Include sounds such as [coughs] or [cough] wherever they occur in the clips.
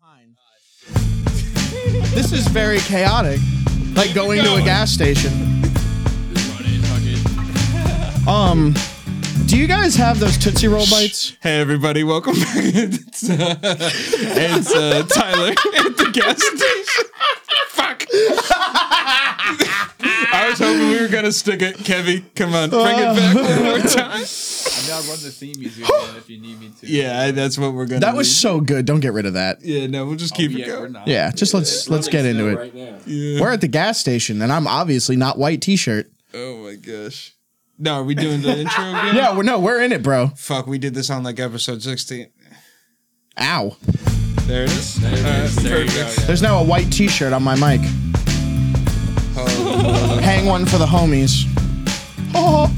line. This is very chaotic. Like going to a gas station. Um, do you guys have those Tootsie Roll bites? Hey everybody, welcome back. [laughs] It's, uh, it's uh, Tyler at the gas station. Fuck. I was hoping we were gonna stick it, Kevy. Come on, bring it back one [laughs] more time. I mean, I'll run the theme music again if you need me to. Yeah, I- that's what we're gonna. That was do. so good. Don't get rid of that. yeah, no, we'll just Oh, keep it yeah, we're going. not. Yeah, just let's let's get into it. Yeah. We're at the gas station, and I'm obviously not white T-shirt. Oh my gosh. No, are we doing the intro [laughs] again? Yeah, we're, no, we're in it, bro. Fuck, we did this on like episode sixteen. Ow. There it is. There, There you go, yeah. There's now a white T-shirt on my mic. Hang one for the homies. Oh.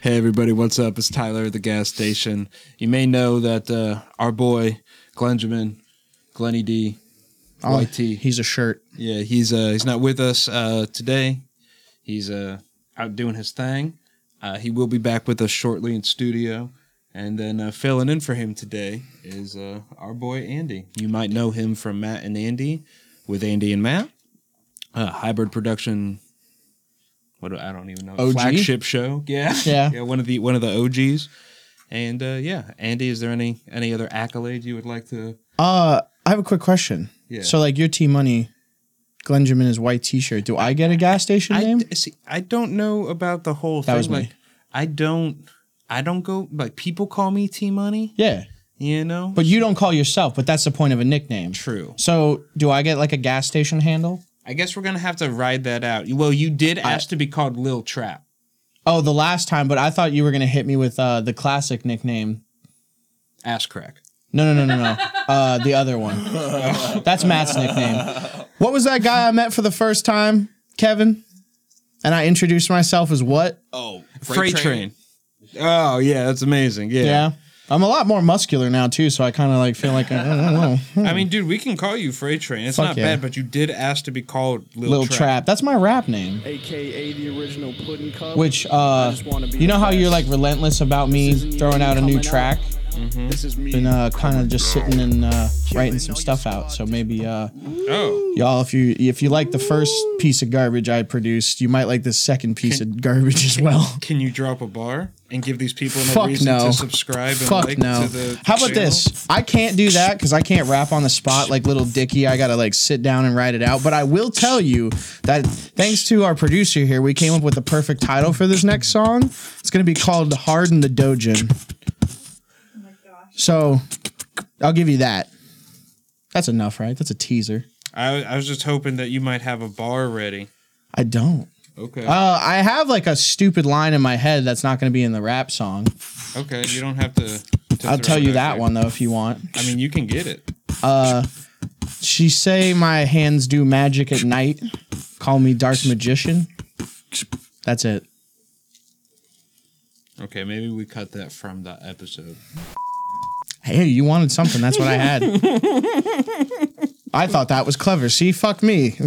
Hey everybody, what's up? It's Tyler at the gas station. You may know that uh, our boy Glenjamin, Glenny D, Oh, YT. He's a shirt. yeah, he's uh, he's not with us uh, today. He's uh, out doing his thing. Uh, he will be back with us shortly in studio. And then uh, filling in for him today is uh, our boy Andy. You might know him from Matt and Andy, with Andy and Matt, uh, hybrid production. What do- I don't even know OG? flagship show. [laughs] Yeah, Yeah. yeah. One of the one of the OGs. And uh, yeah, Andy, is there any any other accolade you would like to? Uh, I have a quick question. Yeah. So, like, your T Money, Glenjamin is white T-shirt. Do I get a gas station I name? d- see. I don't know about the whole That thing. was me. like, I don't. I don't go like people call me T Money. yeah, You know. but you don't call yourself. But that's the point of a nickname. True. So, do I get like a gas station handle? I guess we're gonna have to ride that out. Well, you did ask to be called Lil Trap. Oh, the last time, but I thought you were gonna hit me with uh, the classic nickname. Ass crack. No, no, no, no, no. Uh, the other [laughs] one. That's Matt's nickname. What was that guy I met for the first time, Kevin? And I introduced myself as what? Oh, Freight, train. Oh yeah, that's amazing. Yeah. Yeah. I'm a lot more muscular now too, so I kind of like feel like I, I don't [laughs] know. I mean, dude, we can call you Freight Train. It's Fuck not yeah. bad, but you did ask to be called Lil, Little Trap. trap. That's my rap name. aka the original pudding cup. Which uh, you know how you're like relentless about me throwing out a new track this is me. and uh, kind of just sitting and uh, writing some stuff out. So maybe uh, Oh, y'all, if you if you like the first piece of garbage I produced, you might like the second piece of garbage as well. can you drop a bar and give these people a Fuck reason no. to subscribe and Fuck like no. to the? How about channel? this? I can't do that because I can't rap on the spot like little Dicky. I gotta like sit down and write it out. But I will tell you that thanks to our producer here, we came up with the perfect title for this next song. It's gonna be called Harden the Dojin. So I'll give you that. That's enough, right? That's a teaser. I, I was just hoping that you might have a bar ready. I don't. Okay. Uh, I have like a stupid line in my head that's not gonna be in the rap song. Okay, you don't have to. to I'll throw tell it you back that there. one though if you want. I mean, you can get it. She say my hands do magic at night. Call me dark magician. That's it. Okay, maybe we cut that from that episode. Hey, you wanted something. That's what I had. I thought that was clever. See, fuck me. [laughs]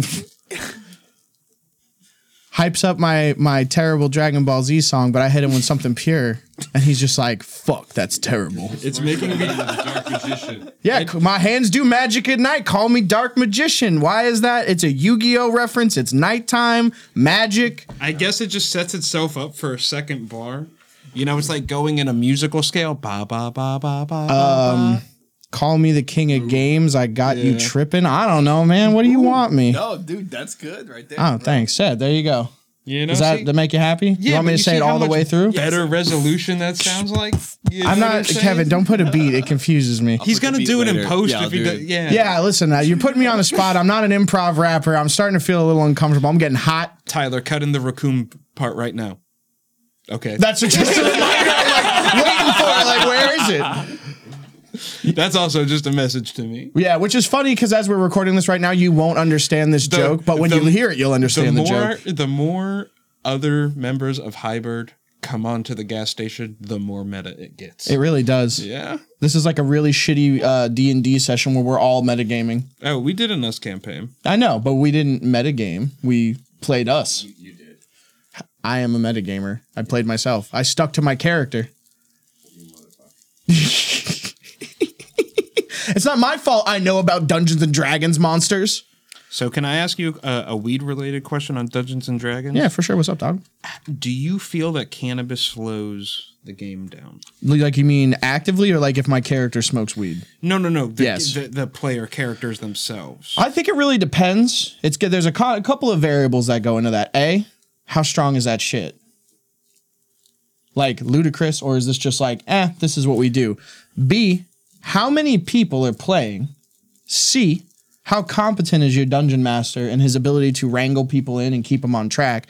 Hypes up my my terrible Dragon Ball Z song, but I hit him with something pure, and he's just like, "Fuck, that's terrible." It's making [laughs] me. Dark magician. Yeah, c- my hands do magic at night. Call me dark magician. Why is that? It's a Yu-Gi-Oh reference. It's nighttime magic. I guess it just sets itself up for a second bar. You know, it's like going in a musical scale. Ba ba ba ba ba. Uh, Um. call me the king of games. I got you Yeah. tripping. I don't know, man. What do you want me? No, dude, that's good right there. Oh, thanks. Said there you go. You know, Does that see- to make you happy? you want but me to say see it how all the much way through? Better resolution. That sounds like. You know I'm what not saying? Oh, Kevin. Don't put a beat. [laughs] It confuses me. He's Put the gonna beat do it in later. post Yeah, I'll if he do does. it. Yeah. Yeah, listen. Uh, you're putting me on the spot. I'm not an improv rapper. I'm starting to feel a little uncomfortable. I'm getting hot. Tyler, cut in the raccoon part right now. Okay. That's what just I'm [laughs] like waiting for. it. Like, where is it? That's also just a message to me. Yeah, which is funny because as we're recording this right now, you won't understand this The- joke. But when the- you hear it, you'll the understand the, more joke. the more other members of Hybrid come onto the gas station, the more meta it gets. It really does. yeah. This is like a really shitty uh, D and D session where we're all metagaming. Oh, we did an us campaign. I know, but we didn't metagame. We played us. You, did. I am a metagamer. I played myself. I stuck to my character. [laughs] It's not my fault I know about Dungeons and Dragons monsters. So, can I ask you a, a weed related question on Dungeons and Dragons? Yeah, for sure. What's up, dog? Do you feel that cannabis slows the game down? Like you mean actively or like if my character smokes weed? No, no, no. The, Yes. The, the player characters themselves. I think it really depends. It's good. There's a, co- a couple of variables that go into that. A, how strong is that shit? Like ludicrous, or is this just like, eh, this is what we do? B, how many people are playing? C, how competent is your dungeon master and his ability to wrangle people in and keep them on track?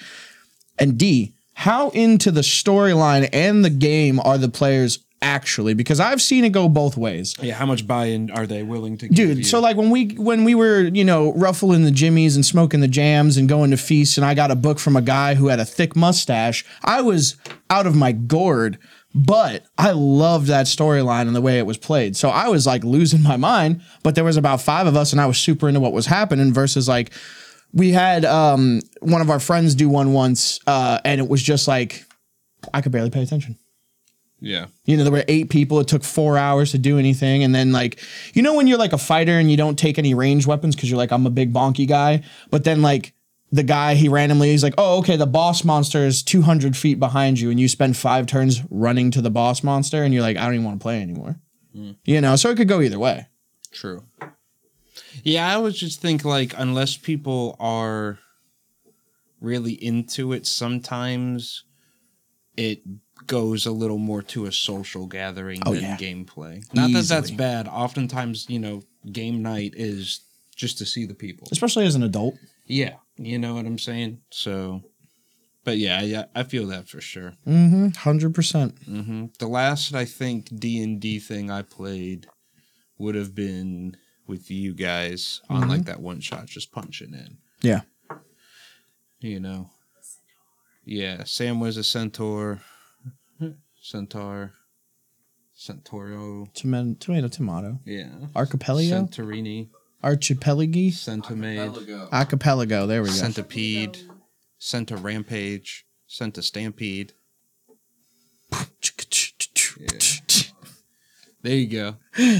And D, how into the storyline and the game are the players actually? Because I've seen it go both ways yeah. How much buy in are they willing to give? dude you? so like when we when we were you know ruffling the jimmies and smoking the jams and going to feasts and i got a book from a guy who had a thick mustache i was out of my gourd but i loved that storyline and the way it was played so i was like losing my mind but there was about five of us and i was super into what was happening versus like we had um one of our friends do one once uh and it was just like i could barely pay attention yeah. you know, there were eight people. It took four hours to do anything. And then, like, you know, when you're like a fighter and you don't take any range weapons because you're like, I'm a big bonky guy. But then, like, the guy, he randomly is like, oh, okay, the boss monster is 200 feet behind you. And you spend five turns running to the boss monster. And you're like, I don't even want to play anymore. You know, so it could go either way. True. Yeah, I would just think like unless people are really into it, sometimes it goes a little more to a social gathering Oh, than yeah. gameplay. Not that that's Easily. bad. Oftentimes, you know, game night is just to see the people. Especially as an adult. Yeah, you know what I'm saying. So, but yeah, yeah, I feel that for sure. Mm-hmm. 100%. hmm The last I think D and D thing I played would have been with you guys on like that one shot, just punching in. Yeah. You know. Yeah, Sam was a centaur. Centaur. Centauro. Tomato, tomato, tomato. Yeah. Archipelago? Centaurini. Archipelagi? Centimade. Archipelago. There we go. [laughs] Centipede. Centa Rampage. Centa Stampede. There you go. [gasps]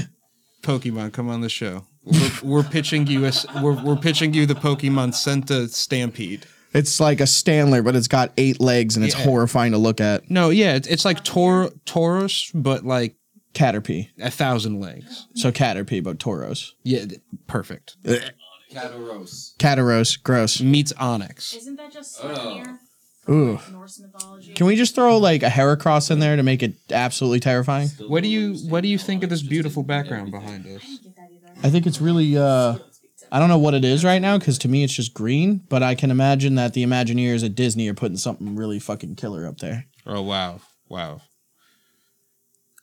Pokemon, come on the show. We're, we're pitching you a, s- we're, we're pitching you the Pokemon Senta Stampede. It's like a Standler, but it's got eight legs and it's Yeah. horrifying to look at. No, yeah, it's, it's like Tor- Taurus, but like Caterpie. a thousand legs. So Caterpie, but Tauros. Yeah, th- perfect. Cataros. Cataros, gross. Meets Onyx. Isn't that just Oh. Sleipnir? Ooh. Norse mythology. Can we just throw like a Heracross in there to make it absolutely terrifying? What do you What do you think of this beautiful background behind us? didn't get that either. I think it's really uh I don't know what it is right now because to me it's just green, but I can imagine that the Imagineers at Disney are putting something really fucking killer up there. Oh wow, wow.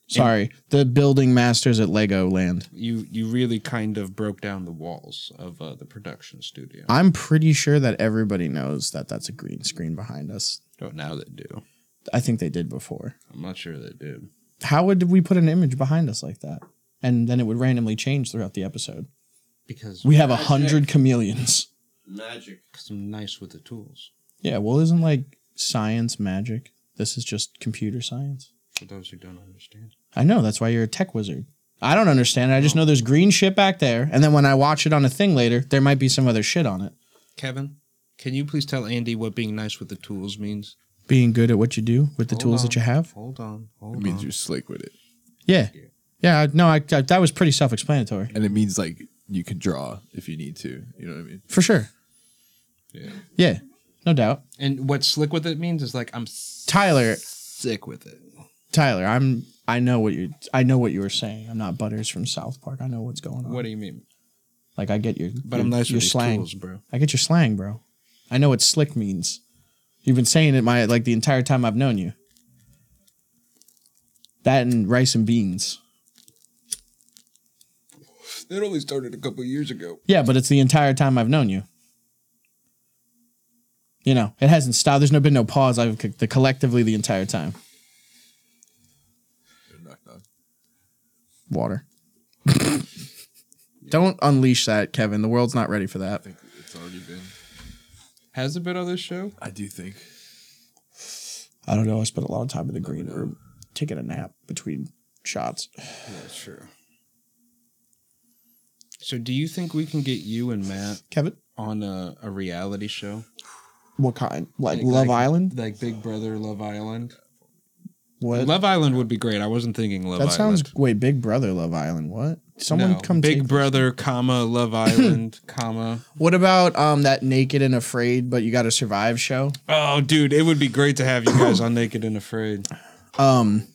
Sorry, the building masters at Legoland. You you really kind of broke down the walls of uh, the production studio. I'm pretty sure that everybody knows that that's a green screen behind us. Oh, now they do. I think they did before. I'm not sure they did. how would we put an image behind us like that? And then it would randomly change throughout the episode. Because We have a hundred chameleons. Magic. because I'm nice with the tools. Yeah, well, isn't like science magic? This is just computer science. For those who don't understand. I know, that's why you're a tech wizard. I don't understand it. I just know there's green shit back there. And then when I watch it on a thing later, there might be some other shit on it. Kevin, can you please tell Andy what being nice with the tools means? Being good at what you do with the Hold tools that on. you have. Hold on. Hold It on. means you're slick with it, Yeah. Yeah, I- no, I, I, that was pretty self explanatory. and it means like you can draw if you need to. You know what I mean? For sure. Yeah. Yeah, no doubt. and what slick with it means is like I'm Tyler, sick with it. Tyler, I'm I know what you I know what you were saying. I'm not Butters from South Park. I know what's going on. What do you mean? like I get your But your, I'm nice your with these slang. tools, bro. I get your slang, bro. I know what slick means. You've been saying it my like the entire time I've known you. That and rice and beans. It only started a couple years ago. Yeah, but it's the entire time I've known you. You know, it hasn't stopped. There's no been no pause. I've c- the collectively the entire time. Knock knock. Water. [laughs] Don't unleash that, Kevin. The world's not ready for that. I think it's already been. Has it been on this show? I do think. I don't know. I spent a lot of time in the green room taking a nap between shots. That's true. So, do you think we can get you and Matt Kevin, on a, a reality show? what kind? Like Like- Love like- Island? Like Big Brother, Love Island? What? Love Island would be great. I wasn't thinking Love that Island. sounds wait. Big Brother, Love Island. What? Someone No. come Big take- Brother, comma, [coughs] Love Island, comma. What about um that Naked and Afraid, but you got to survive show? Oh, dude, it would be great [coughs] to have you guys on Naked and Afraid. Um,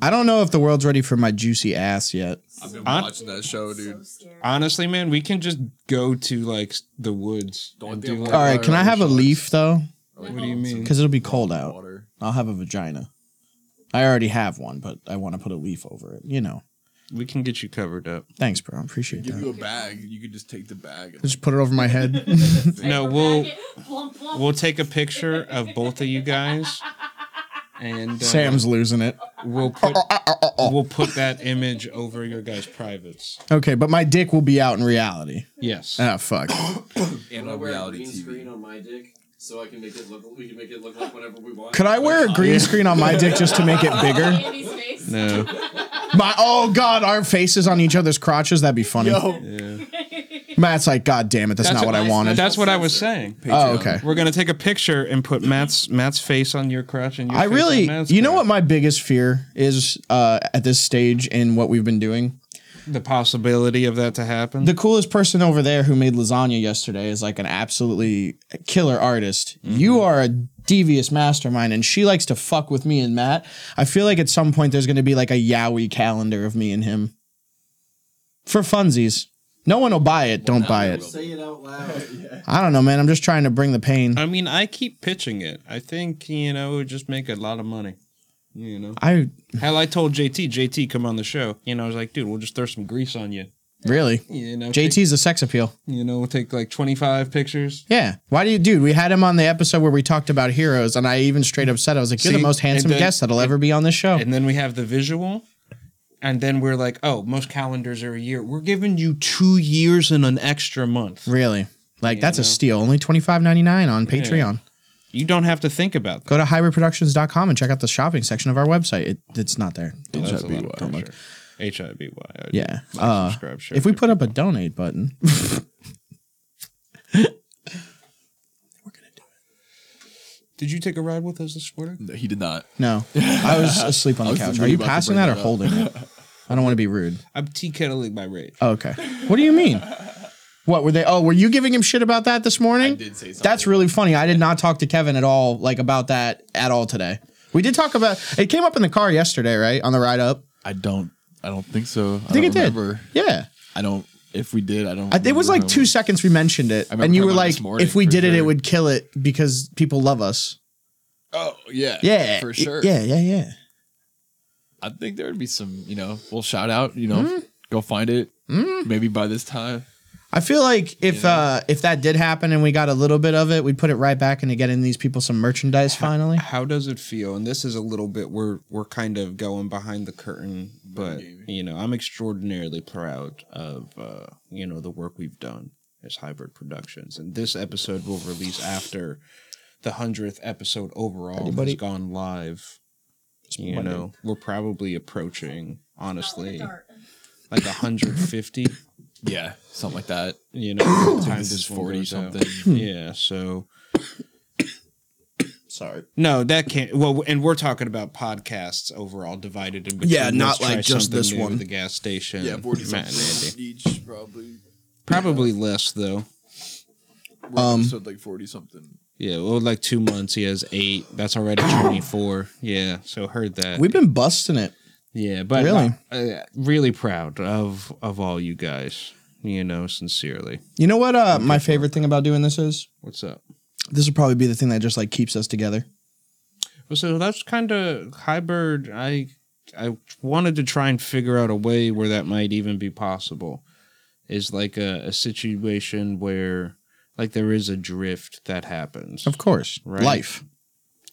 I don't know if the world's ready for my juicy ass yet. I've been Hon- watching that show, So dude. scary. Honestly, man, we can just go to like s- the woods. Don't and think do, I'm like- All right, can I have a leaf though? What do you mean? Because it'll be cold out. Water. I'll have a vagina. I already have one, but I want to put a leaf over it. You know. We can get you covered up. Thanks, bro. I appreciate Give that. you a bag. You could just take the bag. and- Just put it over my head. [laughs] No, We're we'll- back at- Plump, plump. We'll take a picture of both of you guys, and uh, Sam's Oh, losing it. We'll put we'll put that image over your guys' privates. Okay, but my dick will be out in reality. Yes. Ah, fuck. And I on wear a reality green screen TV. on my dick so I can make it look. We can make it look like whatever we want. Could I wear a green screen on my dick just to make it bigger? Andy's face. No. My oh god, our faces on each other's crotches. That'd be funny. Yeah. Matt's like, God damn it, that's, not what I wanted. That's what I was saying. Oh, okay. We're gonna take a picture and put Matt's Matt's face on your crotch and your I face really, on Matt's you know what crotch. my biggest fear is uh, at this stage in what we've been doing. the possibility of that to happen. The coolest person over there who made lasagna yesterday is like an absolutely killer artist. You are a devious mastermind, and she likes to fuck with me and Matt. I feel like at some point there's going to be like a Yowie calendar of me and him for funsies. No one will buy it. Don't buy it. Say it out loud. I don't know, man. I'm just trying to bring the pain. I mean, I keep pitching it. I think you know it would just make a lot of money. You know, I hell, I told JT, JT, come on the show. You know, I was like, dude, we'll just throw some grease on you. really. You know, take- JT's the sex appeal. you know, we'll take like twenty five pictures. Yeah. Why do you, dude? We had him on the episode where we talked about heroes, and I even straight up said, I was like, you're See, the most and handsome then- guest that'll ever be on this show. and then we have the visual and then we're like oh most calendars are a year we're giving you two years and an extra month really. Like, You that's a know. steal. Only twenty five ninety nine on Patreon. you don't have to think about that Go to hybridproductions.com and check out the shopping section of our website. It, it's not there. That's HIV, a lot of don't pressure. HIV. I'd Yeah. like Uh, subscribe, share if we with put up a donate button, [laughs] people. did you take a ride with us this morning? No, he did not. no, I [laughs] was asleep on I the was couch. really Are you about to passing bring that or that up. holding it? [laughs] I don't want to be rude. I'm tea kettling my rage. Oh, okay. What do you mean? What were they? Oh, were you giving him shit about that this morning? I did say something. That's really funny. I did not talk to Kevin at all, like about that at all today. We did talk about it. Came up in the car yesterday, right on the ride up. I don't. I don't think so. I, I think don't it remember. did. Yeah, I don't. If we did, I don't. I, it was remember like two how- seconds we mentioned it, I remember and you were talking about it like, this morning, "If we for did it, it sure. would kill it because people love us." Oh yeah. Yeah, For sure. Yeah, yeah, yeah. I think there would be some. You know, we'll shout out. You know, Mm-hmm. go find it. Maybe by this time. Mm. I feel like if Yeah. uh if that did happen and we got a little bit of it, we'd put it right back into getting these people some merchandise [laughs] finally. How does it feel? And this is a little bit we're we're kind of going behind the curtain, but you know I'm extraordinarily proud of uh, you know the work we've done as Hybrid Productions, and this episode will release after the hundredth episode overall Anybody- has gone live. You Monday. know we're probably approaching honestly Not like like a dart. 150. Yeah, something [coughs] like that. You know, by [coughs] the I time think this is one forty goes out. something. Yeah, so Sorry. No, that can't. Well, and we're talking about podcasts overall, divided in between. Yeah, not try like just something this new one. at The gas station. Yeah, forty Matt and something Andy. each probably. Probably less though. We're Um, episode like forty something. Yeah, well, like two months. He has eight. [clears throat] That's already twenty four. Yeah, so heard that. We've been busting it. yeah, but Really? uh, really proud of of all you guys. You know, sincerely. You know what? Uh, my favorite thing about doing this is What's up? this will probably be the thing that just like keeps us together. Well, so that's kind of hybrid. I I wanted to try and figure out a way where that might even be possible. Is like a, a situation where like there is a drift that happens. Of course, Right. life.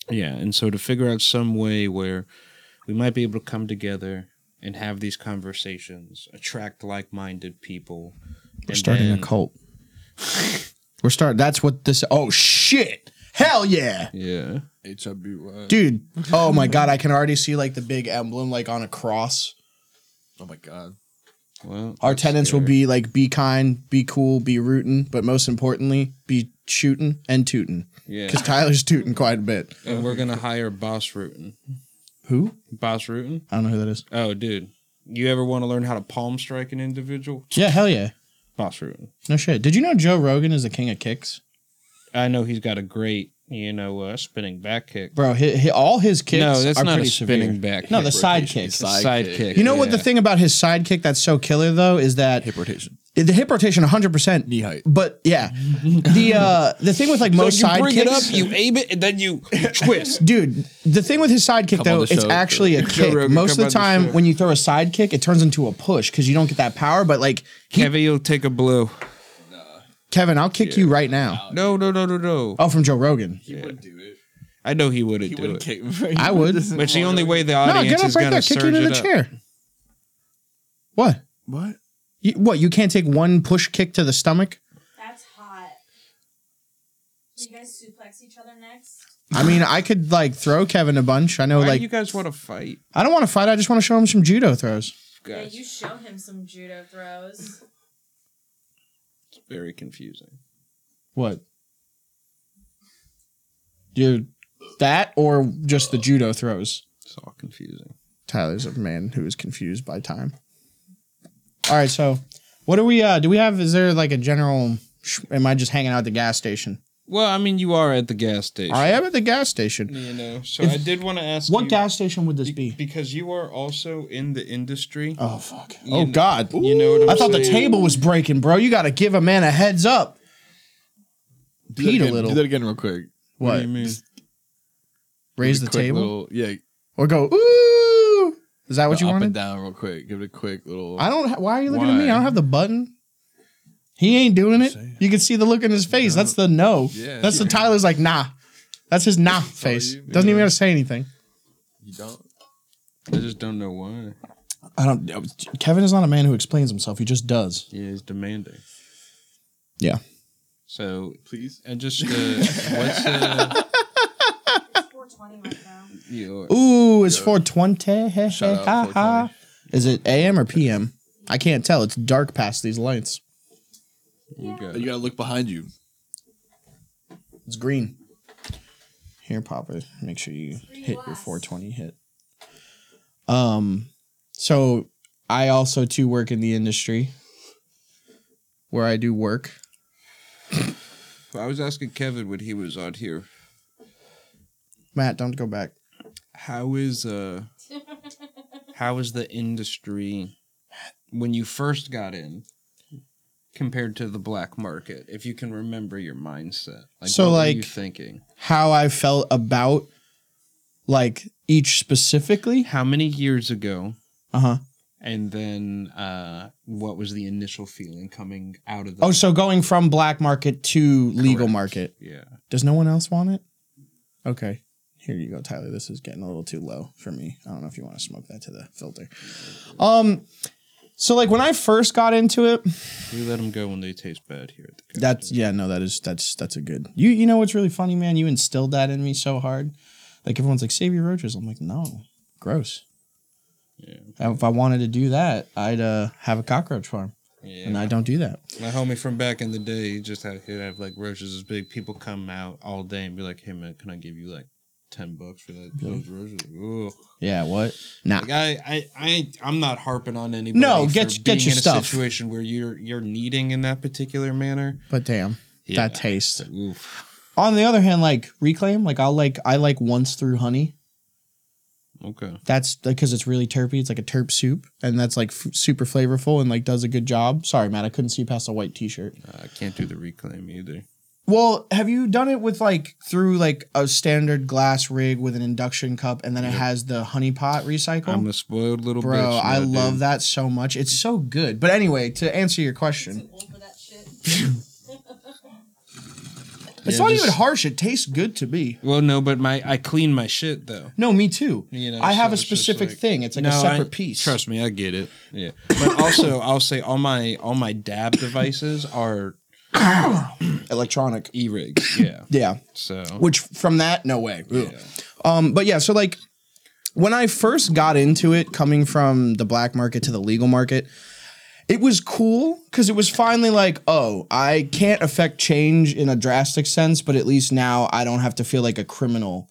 Yeah, and so to figure out some way where we might be able to come together and have these conversations, attract like-minded people. We're starting a cult. We're starting. That's what this. Oh shit! Hell yeah, Yeah. HIV. dude! Oh my god, I can already see like the big emblem like on a cross. Oh my god. Well, Our that's tenants will scary. be like, be kind, be cool, be rootin', but most importantly, be shootin' and tootin'. Yeah. Because Tyler's tootin' quite a bit. And we're gonna hire Boss Rootin. Who? Boss Rootin. I don't know who that is. Oh, dude. You ever want to learn how to palm strike an individual? Yeah, hell yeah. Boss Rootin. No shit. Did you know Joe Rogan is the king of kicks? I know he's got a great, you know, uh, spinning back kick. Bro, hi hi- all his kicks no, that's are not a pretty spinning severe. back. No, kick. the side kick. Side, Side kick. kick. You know what the yeah. thing about his side kick that's so killer though is that Hip rotation. the hip rotation 100% Knee height. But yeah. the uh the thing with like So most you side bring kicks it up, you aim it, and then [laughs] you twist. Dude, the thing with his sidekick Come though, on the it's show. actually a Joe kick. Rogan, Most of come the on the time, show. when you throw a sidekick, it turns into a push because you don't get that power. But like, he- Kevin, you'll take a blow. Kevin, I'll kick you right now. No, no, no, no, no. Oh, from Joe Rogan. He wouldn't do it. I know he wouldn't He do wouldn't it. kick. I would. But the only way the No, audience get up is right gonna there, kick you surge into the it up. chair. What? [laughs] What? You, what? You can't take one push kick to the stomach? That's hot. Will you guys suplex each other next? I mean, I could like throw Kevin a bunch. I know, Why like, do you guys want to fight, I don't want to fight. I just want to show him some judo throws. guys? Yeah, you show him some judo [laughs] throws. it's very confusing. What? Dude, that or just the judo throws? It's all confusing. Tyler's a man who is confused by time. All right, so what do we uh do we have is there like a general sh- am I just hanging out at the gas station? Well, I mean, you are at the gas station. I am at the gas station. You know, so If- I did want to ask What you- gas station would this be- be? because you are also in the industry. Oh fuck. You Oh kn- god. you know what I'm I thought the saying? table was breaking, bro. You got to give a man a heads up. Pete a little. Do that again real quick. What do What? you mean? Raise Give the it a quick table little- yeah. or go ooh. Is that what go you up and wanted? down real quick. Give it a quick little. I don't ha- why are you looking at me? Why? I don't have the button. He ain't doing it. Say it. You can see the look in his face. No. That's the no. Yeah. That's the Tyler's like, nah. That's his nah face. you, Doesn't even yeah. gotta say anything. You don't. I just don't know why. I don't know. Kevin is not a man who explains himself. He just does. Yeah, it's demanding. Yeah. So Please. and just uh, what's uh, It's 420 right now. your Ooh, it's Yeah. 420. Hey, hey, Shout ha, out. ha. 420. [laughs] Is it AM or PM? I can't tell. It's dark past these lights. we got? You gotta look behind you. It's green. Here, Papa. Make sure you hit your 420 hit. Um, so I also too work in the industry where I do work. I was asking Kevin when he was on here. Matt, don't go back. How is uh how is the industry when you first got in compared to the black market? If you can remember your mindset, So, what were like- you thinking How I felt about like each specifically. how many years ago Uh huh. and then uh, what was the initial feeling coming out of the Oh, so going from black market to legal Correct. market. yeah Does no one else want it? Okay. Here you go, Tyler. This is getting a little too low for me. I don't know if you want to smoke that to the filter. Um so like when I first got into it, we let them go when they taste bad here at the that's yeah, no, that is that's that's a good. You you know what's really funny, man? You instilled that in me so hard. Like everyone's like save your roaches. I'm like, "No. Gross." Yeah. And If I wanted to do that, I'd uh, have a cockroach farm, yeah. and I don't do that. my homie from back in the day he just had he'd have like roaches as big people come out all day and be like hey man can i give you like 10 bucks for that those roaches Ugh. Yeah, what? Nah. Like, I, I I I'm not harping on anybody. No, for get- being get your in stuff. A situation where you're you're needing in that particular manner. But damn, Yeah. that taste. Oof. On the other hand, like reclaim, like I'll like I like once through honey. Okay. That's because it's really terpy. It's like a terp soup, and that's like f- super flavorful and like does a good job. Sorry, Matt, I couldn't see past a white T-shirt. Uh, I can't do the reclaim either. Well, have you done it with like through like a standard glass rig with an induction cup, and then it has the honey pot recycle? I'm a spoiled little Bro, bitch. I no, love dude. that so much. It's so good. But anyway, to answer your question, Too old for that shit. it's Yeah, not just- even harsh. It tastes good to me. Well, no, but my I clean my shit though. No, me too. You know, I have so a it's just specific like- thing. It's like a No, separate I- piece. Trust me, I get it. Yeah, but also I'll say all my all my dab devices are Electronic. e rigs. Yeah, Yeah. so Which from that, no way. Ugh. Um, but yeah, so like when I first got into it, coming from the black market to the legal market, it was cool because it was finally like, oh, I can't affect change in a drastic sense, but at least now I don't have to feel like a criminal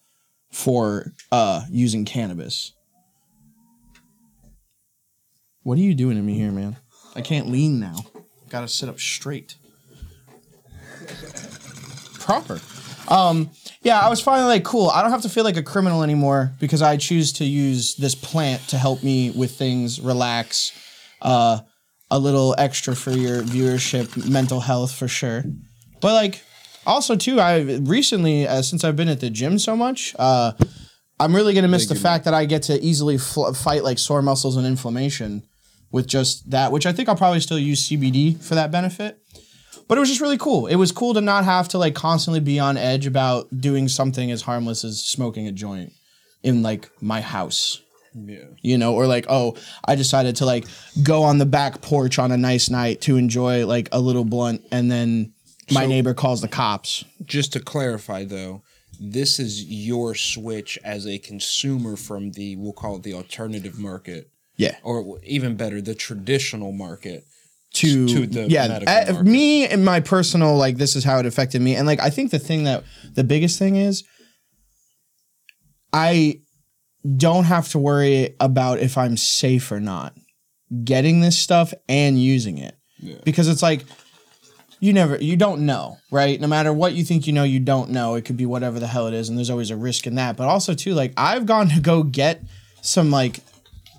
for uh using cannabis. What are you doing to me here, man? I can't lean now. Gotta sit up straight. Proper. Um, yeah, I was finally like, cool. I don't have to feel like a criminal anymore because I choose to use this plant to help me with things, relax, uh, a little extra for your viewership, mental health for sure. But like, also too, I recently, uh, since I've been at the gym so much, uh, I'm really gonna miss the fact that I get to easily fl- fight like sore muscles and inflammation with just that, which I think I'll probably still use CBD for that benefit but it was just really cool. It was cool to not have to like constantly be on edge about doing something as harmless as smoking a joint in like my house. Yeah. You know, or like, oh, I decided to like go on the back porch on a nice night to enjoy like a little blunt and then my So- neighbor calls the cops. Just to clarify, though, this is your switch as a consumer from the we'll call it the alternative market, Yeah. or even better, the traditional market. to, to the yeah medical uh, market. me and my personal like this is how it affected me and like i think the thing that the biggest thing is i don't have to worry about if i'm safe or not getting this stuff and using it because it's like you never you don't know right no matter what you think you know you don't know it could be whatever the hell it is and there's always a risk in that but also too like i've gone to go get some like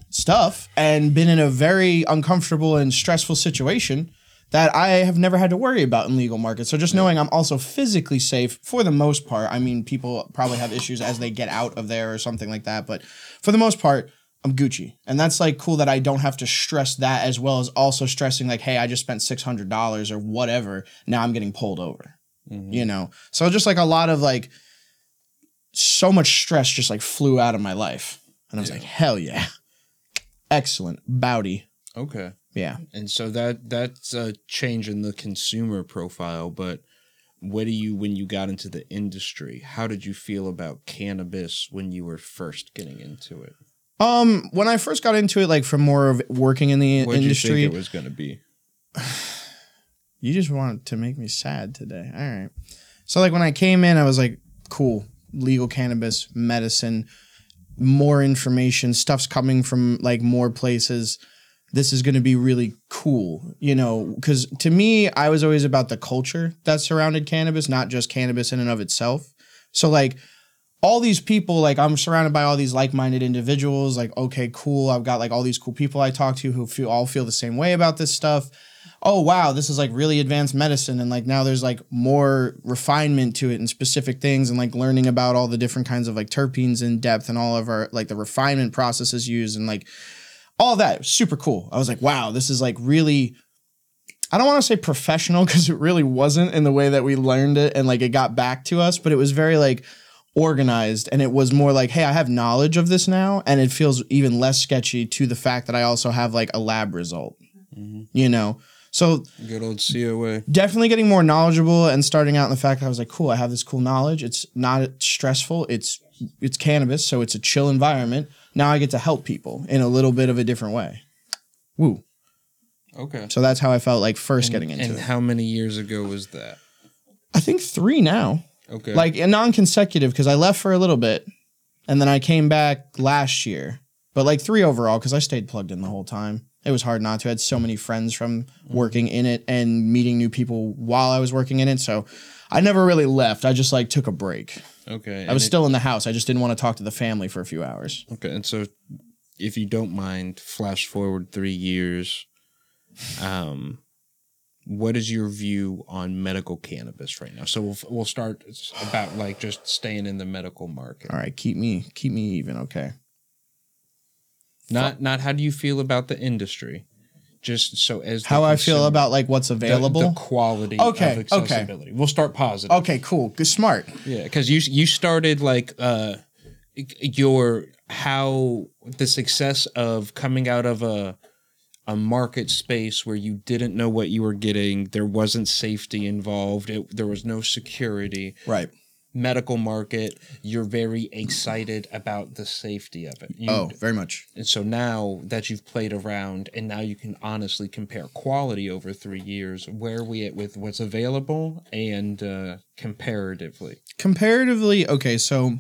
stuff and been in a very uncomfortable and stressful situation that I have never had to worry about in legal markets. So just knowing I'm also physically safe for the most part. I mean, people probably have issues as they get out of there or something like that, but for the most part, I'm Gucci. And that's like cool that I don't have to stress that as well as also stressing like, hey, I just spent $600 or whatever. Now I'm getting pulled over. You know. So just like a lot of like so much stress just like flew out of my life. And I was like, hell yeah. Excellent. Bowdy. Okay. Yeah. And so that that's a change in the consumer profile, but what do you when you got into the industry? How did you feel about cannabis when you were first getting into it? Um, when I first got into it, like from more of working in the What did you industry, think it was going to be? you just wanted to make me sad today. All right. So like when I came in, I was like, cool, legal cannabis, medicine, more information, stuff's coming from like more places. This is going to be really cool, you know, cuz to me, I was always about the culture that surrounded cannabis, not just cannabis in and of itself. So like all these people like i'm surrounded by all these like-minded individuals like okay cool i've got like all these cool people i talk to who feel all feel the same way about this stuff oh wow this is like really advanced medicine and like now there's like more refinement to it and specific things and like learning about all the different kinds of like terpenes in depth and all of our like the refinement processes used and like all that super cool i was like wow this is like really I don't want to say professional [laughs] because it really wasn't in the way that we learned it and like it got back to us, but it was very like organized and it was more like, hey, I have knowledge of this now. And it feels even less sketchy to the fact that I also have like a lab result, you know? So Good old COA. definitely getting more knowledgeable and starting out in the fact that I was like, cool, I have this cool knowledge. It's not stressful. It's it's cannabis, so it's a chill environment. Now I get to help people in a little bit of a different way. Woo. Okay. So that's how I felt like first getting into And it. how many years ago was that? I think three now. Okay. Like a non-consecutive because I left for a little bit, and then I came back last year. But like three overall because I stayed plugged in the whole time. It was hard not to. I had so many friends from Mm-hmm. working in it and meeting new people while I was working in it. So I never really left. I just like took a break. okay. I was and it- still in the house. I just didn't want to talk to the family for a few hours. Okay, and so if you don't mind, flash forward three years. Um, what is your view on medical cannabis right now? So we'll we'll start about like just staying in the medical market. All right, keep me keep me even. Okay. Not not how do you feel about the industry? Just so as the How I feel consumer- about like what's the- available. the, quality Okay, of okay. accessibility. We'll start positive. okay, cool. Good, smart. Yeah, because you you started like uh your how the success of coming out of a a market space where you didn't know what you were getting. There wasn't safety involved. It, there was no security. Right. medical market, you're very excited about the safety of it. You- Oh, very much. And so now that you've played around and now you can honestly compare quality over three years, where are we at with what's available and uh, comparatively? Comparatively, okay, so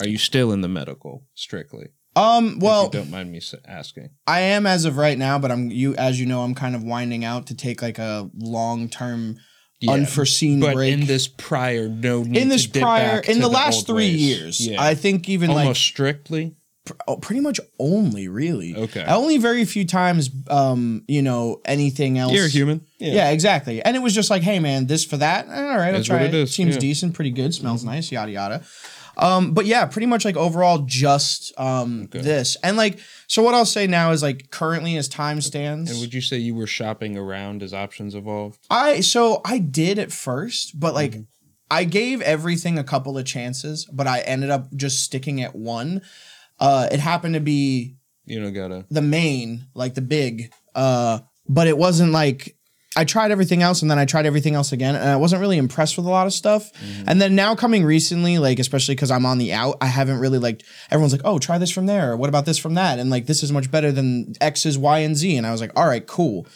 Are you still in the medical strictly? If um well you don't mind me s- asking. I am as of right now, but I'm you as you know, I'm kind of winding out to take like a long term Yeah, unforeseen But break. in this prior, no need in this to dip prior back in to the, last old three ways. years Yeah. i think even almost like strictly. oh, pretty much only really Okay. only very few times um you know anything else You're a human. yeah. exactly and it was just like hey man this for that Eh, all right Is i'll try what it, it is, seems yeah. decent pretty good smells nice yada yada um but yeah pretty much like overall just um Okay. this and like so what i'll say now is like currently as time stands And would you say you were shopping around as options evolved? I so I did at first, but like I gave everything a couple of chances, but I ended up just sticking at one. Uh it happened to be You know, gotta. the main, like the big, uh, but it wasn't like I tried everything else and then I tried everything else again and I wasn't really impressed with a lot of stuff. And then now coming recently, like especially because I'm on the out, I haven't really like everyone's like, oh, try this from there, or what about this from that? And like this is much better than X's, Y, and Z. And I was like, all right, cool.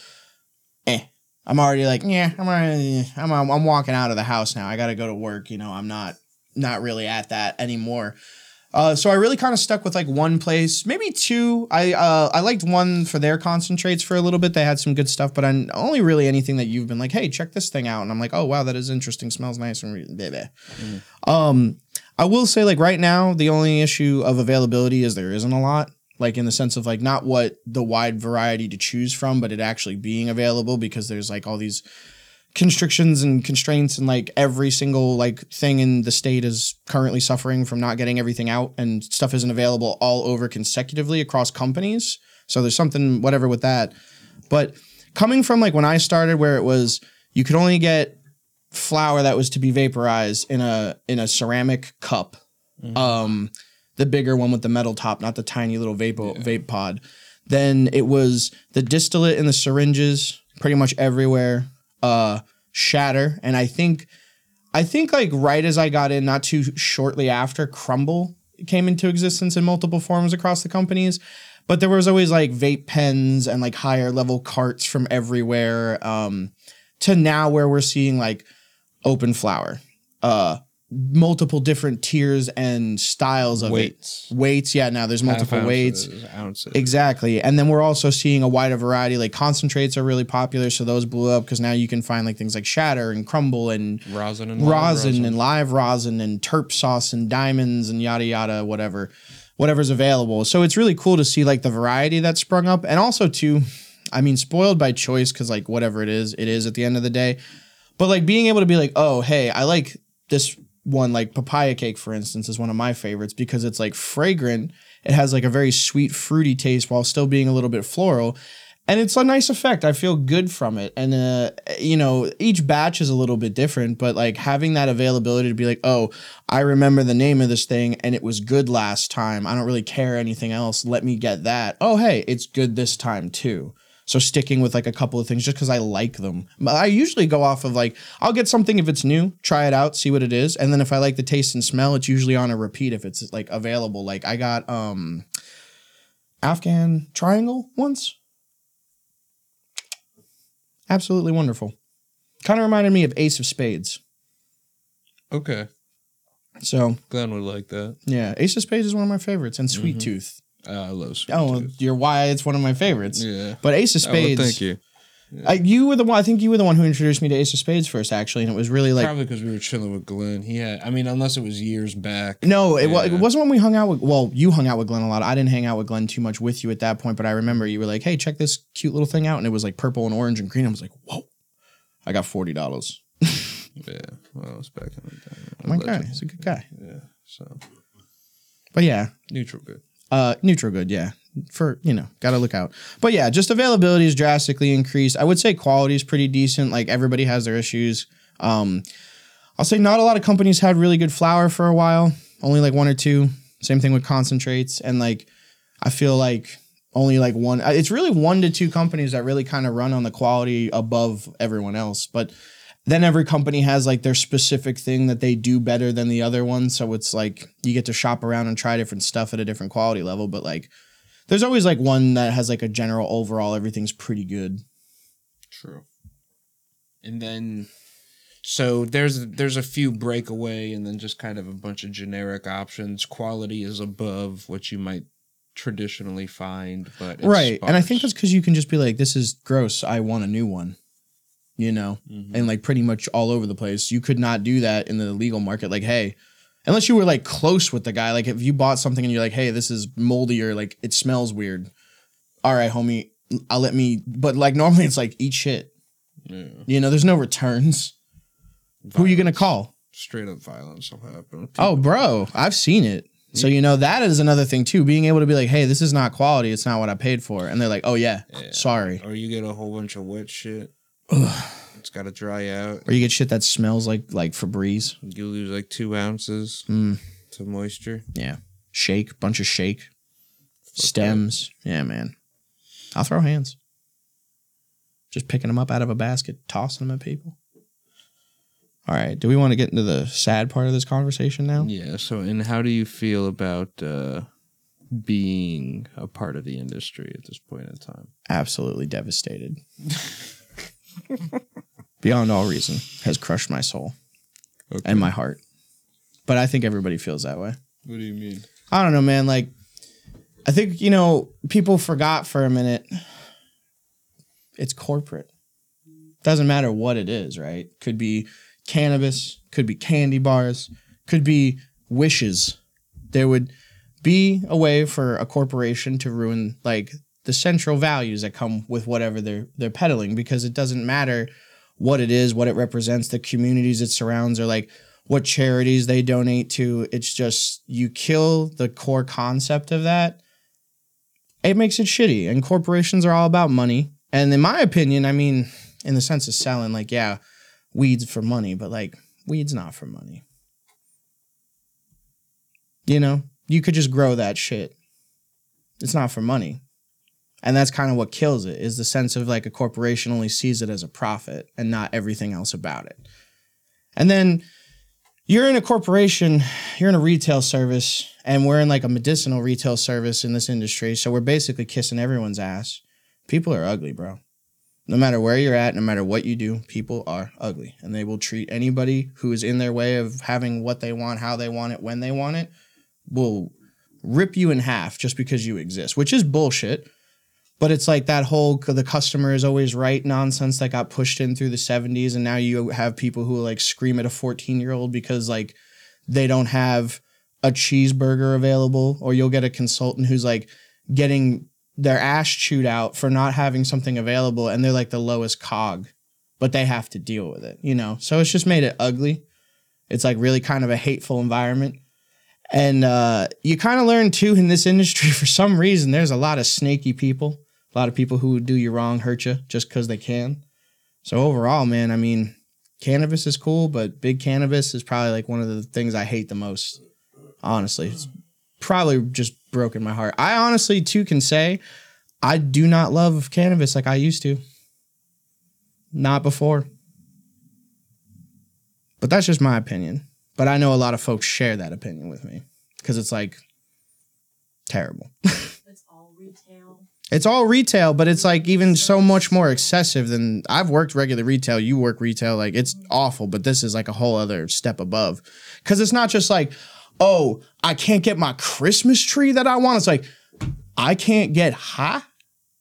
Eh. I'm already like, yeah, I'm already, I'm I'm I'm walking out of the house now. I gotta go to work, you know, I'm not not really at that anymore. Uh, so I really kind of stuck with like one place, maybe two. I uh, I liked one for their concentrates for a little bit. They had some good stuff, but I only really anything that you've been like, hey, check this thing out, and I'm like, oh wow, that is interesting, smells nice, and re- blah, blah. Um, I will say like right now, the only issue of availability is there isn't a lot. Like in the sense of like not what the wide variety to choose from, but it actually being available because there's like all these constrictions and constraints and like every single like thing in the state is currently suffering from not getting everything out and stuff isn't available all over consecutively across companies so there's something whatever with that but coming from like when i started where it was you could only get flour that was to be vaporized in a in a ceramic cup um the bigger one with the metal top not the tiny little vape vape pod then it was the distillate in the syringes pretty much everywhere uh shatter and i think i think like right as i got in not too shortly after crumble came into existence in multiple forms across the companies but there was always like vape pens and like higher level carts from everywhere um to now where we're seeing like open flower uh multiple different tiers and styles of Weights. it weights yeah now there's multiple half weights ounces, ounces. Exactly. And then we're also seeing a wider variety. Like concentrates are really popular, so those blew up because now you can find like things like shatter and crumble and rosin and rosin, and live rosin and terp sauce and diamonds and yada yada whatever whatever's available. So it's really cool to see like the variety that sprung up and also too I mean spoiled by choice cuz like whatever it is, it is at the end of the day. But like being able to be like, "Oh, hey, I like this one like papaya cake for instance is one of my favorites because it's like fragrant. It has like a very sweet fruity taste while still being a little bit floral." and it's a nice effect. I feel good from it. And uh, you know, each batch is a little bit different, but like having that availability to be like, oh, I remember the name of this thing and it was good last time. I don't really care anything else. Let me get that. Oh, hey, it's good this time too. So sticking with like a couple of things just because I like them. But I usually go off of like I'll get something if it's new, try it out, see what it is, and then if I like the taste and smell, it's usually on a repeat if it's like available. Like I got um Afghan triangle once absolutely wonderful. Kind of reminded me of Ace of Spades. Okay, So Glenn would like that. yeah, Ace of Spades is one of my favorites, and Sweet Tooth. Uh, I love sweet Oh, tooth. you're why it's one of my favorites. yeah. But Ace of Oh, well, Spades. thank you. I, you were the one. I think you were the one who introduced me to Ace of Spades first, actually, and it was really like. Probably because we were chilling with Glenn. He had, I mean, unless it was years back. No, it, wa- it Yeah. wasn't when we hung out with. Well, you hung out with Glenn a lot. I didn't hang out with Glenn too much with you at that point, but I remember you were like, "Hey, check this cute little thing out," and it was like purple and orange and green. I was like, "Whoa!" I got forty dollars. Yeah, well, it was back in the time. My guy, he's a good guy. Yeah, so But yeah, neutral good. Uh, neutral good, yeah. For you know, gotta look out. But yeah, just availability is drastically increased. I would say quality is pretty decent. Like everybody has their issues. Um, I'll say not a lot of companies had really good flour for a while. Only like one or two. Same thing with concentrates and like I feel like only like one. It's really one to two companies that really kind of run on the quality above everyone else. But then every company has like their specific thing that they do better than the other one. So it's like you get to shop around and try different stuff at a different quality level. But like, there's always like one that has like a general overall, everything's pretty good. True. And then so there's there's a few breakaway and then just kind of a bunch of generic options. Quality is above what you might traditionally find, but it's right. And I sparse. think that's because you can just be like, this is gross. I want a new one, you know, Mhm. and like pretty much all over the place. You could not do that in the legal market. Like, hey, unless you were like close with the guy, like if you bought something and you're like, hey, this is moldy or like it smells weird. All right, homie, I'll let me. But like [laughs] normally it's like, eat shit. yeah. You know, there's no returns. Who are you going to Violence. call? Straight up violence will happen. Oh, bro, I've seen it. So, you know, that is another thing too. Being able to be like, hey, this is not quality. It's not what I paid for. And they're like, oh, yeah, Yeah. sorry. Or you get a whole bunch of wet shit. It's got to dry out. Or you get shit that smells like like Febreze. You lose like two ounces Mm, to moisture. yeah. Shake, bunch of shake. stems. Yeah, man. I'll throw hands. Just picking them up out of a basket, tossing them at people. All right. Do we want to get into the sad part of this conversation now? Yeah. So, and how do you feel about uh, being a part of the industry at this point in time? Absolutely devastated. [laughs] Beyond all reason, has crushed my soul Okay. and my heart. But I think everybody feels that way. What do you mean? I don't know, man. Like, I think, you know, people forgot for a minute it's corporate. Doesn't matter what it is, right? Could be cannabis, could be candy bars, could be wishes. There would be a way for a corporation to ruin, like, the central values that come with whatever they're they're peddling because it doesn't matter what it is, what it represents, the communities it surrounds, or like what charities they donate to. It's just you kill the core concept of that. It makes it shitty. And corporations are all about money. And in my opinion, I mean, in the sense of selling, like, yeah, weeds for money, but like, weeds not for money. You know, you could just grow that shit. It's not for money. And that's kind of what kills it is the sense of like a corporation only sees it as a profit and not everything else about it. And then you're in a corporation, you're in a retail service, and we're in like a medicinal retail service in this industry. So we're basically kissing everyone's ass. People are ugly, bro. No matter where you're at, no matter what you do, people are ugly and they will treat anybody who is in their way of having what they want, how they want it, when they want it, will rip you in half just because you exist, which is bullshit. But it's like that whole c- the customer is always right nonsense that got pushed in through the 70s. And now you have people who like scream at a 14 year old because like they don't have a cheeseburger available, or you'll get a consultant who's like getting their ass chewed out for not having something available and they're like the lowest cog, but they have to deal with it, you know? So it's just made it ugly. It's like really kind of a hateful environment. And uh, you kind of learn too in this industry, [laughs] for some reason, there's a lot of snaky people, a lot of people who do you wrong, hurt you just because they can. So overall, man, I mean, cannabis is cool, but big cannabis is probably like one of the things I hate the most. Honestly, it's probably just broken my heart. I honestly too can say I do not love cannabis like I used to. Not before. But that's just my opinion. But I know a lot of folks share that opinion with me because it's like terrible. It's all retail. It's all retail, but it's like even so much more excessive than I've worked regular retail. You work retail, like it's awful, but this is like a whole other step above. Cause it's not just like, oh, I can't get my Christmas tree that I want. It's like, I can't get high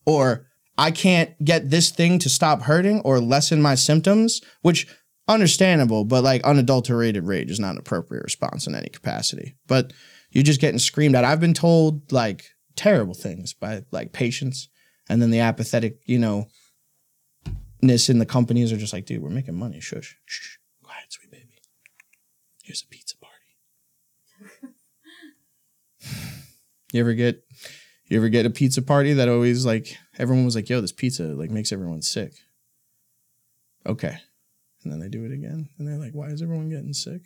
or I can't get this thing to stop hurting or lessen my symptoms, which understandable, but like unadulterated rage is not an appropriate response in any capacity. But you're just getting screamed at. I've been told like terrible things by like patients, and then the apathetic, you know, ness in the companies are just like, dude, we're making money. Shush, shh, quiet, sweet baby. Here's a pizza party. [sighs] you ever get, you ever get a pizza party that always like everyone was like, yo, this pizza like makes everyone sick. Okay. And then they do it again. And they're like, why is everyone getting sick?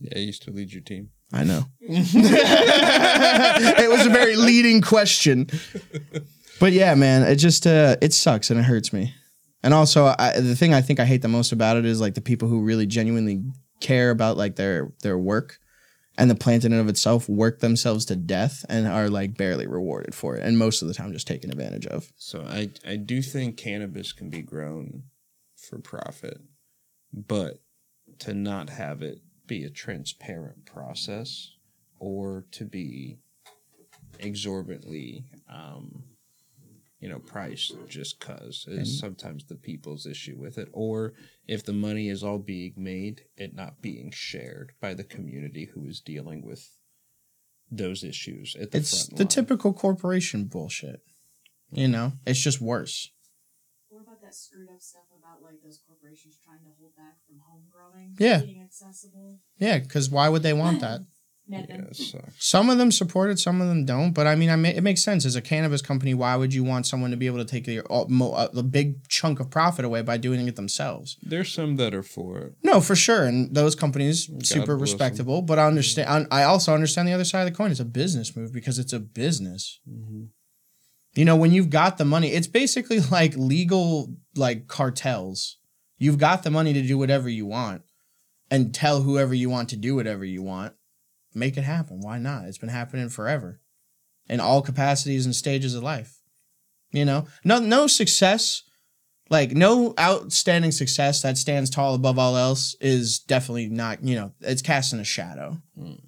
Yeah, I used to lead your team. I [laughs] know. it was a very leading question. But yeah, man, it just uh, it sucks and it hurts me. And also, I, the thing I think I hate the most about it is like the people who really genuinely care about like their their work and the plant in and of itself work themselves to death and are like barely rewarded for it, and most of the time just taken advantage of. So I I do think cannabis can be grown for profit, but to not have it be a transparent process or to be exorbitantly um you know priced just cuz is sometimes the people's issue with it or if the money is all being made it not being shared by the community who is dealing with those issues at the It's front the line. typical corporation bullshit. You know, it's just worse. What about that screwed up stuff about like those corporations trying to hold back from home growing? Yeah. Being accessible. Yeah, because why would they want that? Net yeah, it sucks. Some of them support it, some of them don't. But I mean, I ma- it makes sense as a cannabis company. Why would you want someone to be able to take the uh, mo- uh, the big chunk of profit away by doing it themselves? There's some that are for it. No, for sure. And those companies super bless 'em. respectable. But I understand. I I also understand the other side of the coin. It's a business move because it's a business. You know, when you've got the money, it's basically [laughs] like legal like cartels. You've got the money to do whatever you want, and tell whoever you want to do whatever you want. Make it happen. Why not? It's been happening forever, in all capacities and stages of life. You know, no no success like no outstanding success that stands tall above all else is definitely not you know it's casting a shadow Hmm.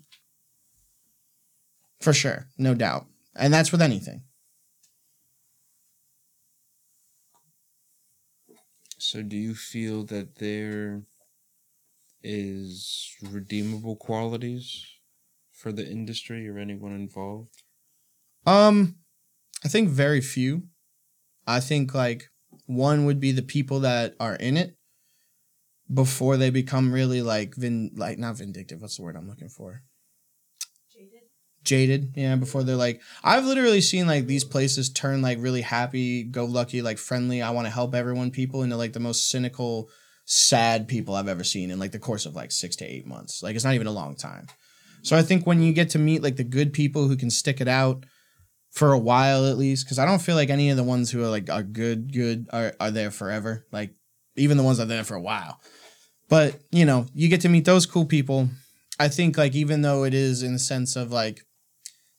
for sure no doubt and that's with anything So, do you feel that there is redeemable qualities for the industry or anyone involved? um i think very few i think like one would be the people that are in it before they become really like vin like not vindictive what's the word i'm looking for Jaded. jaded yeah before they're like i've literally seen like these places turn like really happy go lucky like friendly i want to help everyone people into like the most cynical sad people i've ever seen in like the course of like six to eight months like it's not even a long time so i think when you get to meet like the good people who can stick it out for a while at least because i don't feel like any of the ones who are like are good good are, are there forever like even the ones that are there for a while but you know you get to meet those cool people i think like even though it is in the sense of like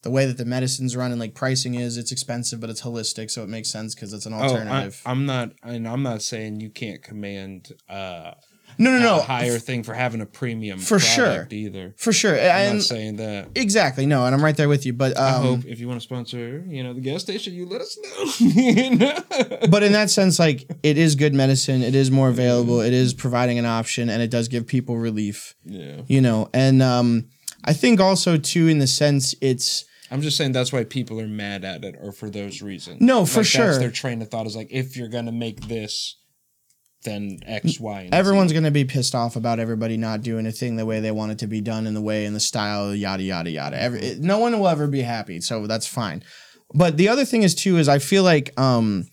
the way that the medicines run and like pricing is it's expensive but it's holistic so it makes sense because it's an alternative Oh, I, I'm not, and I'm not saying you can't command uh, no no no a higher thing for having a premium For sure. product either. for sure I'm and um, not saying that. exactly no and i'm right there with you but um, I hope if you want to sponsor, you know, the gas station, you let us know. [laughs] You know? but in that sense, like it is good medicine. It is more available. It is providing an option, and it does give people relief. yeah, You know, and um, I think also too, in the sense, it's I'm just saying that's why people are mad at it, or for those reasons. No, for Like, sure. That's their train of thought is like, if you're gonna make this, then X, Y, and Z. everyone's going to be pissed off about everybody not doing a thing the way they want it to be done in the way in the style yada yada yada Every, it- no one will ever be happy so that's fine but the other thing is too is i feel like um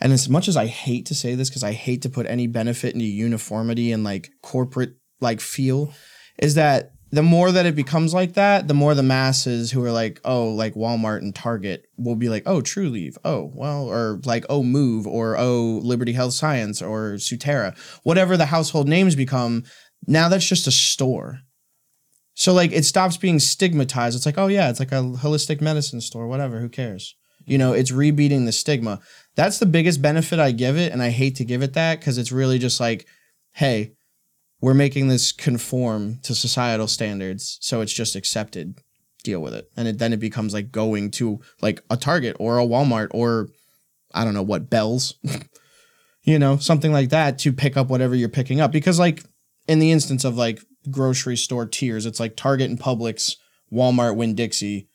and as much as i hate to say this because i hate to put any benefit into uniformity and like corporate like feel is that the more that it becomes like that, the more the masses who are like, oh, like Walmart and Target will be like, oh, True Leave, oh, well, or like, oh, Move, or oh, Liberty Health Science, or Sutera, whatever the household names become. Now that's just a store. So like it stops being stigmatized. It's like, oh yeah, it's like a holistic medicine store, whatever, who cares? You know, it's rebeating the stigma. That's the biggest benefit I give it, and I hate to give it that because it's really just like, hey, we're making this conform to societal standards, so it's just accepted. Deal with it, and it, then it becomes like going to like a Target or a Walmart or I don't know what Bell's, you know, something like that to pick up whatever you're picking up. Because like in the instance of like grocery store tiers, it's like Target and Publix, Walmart, Winn Dixie,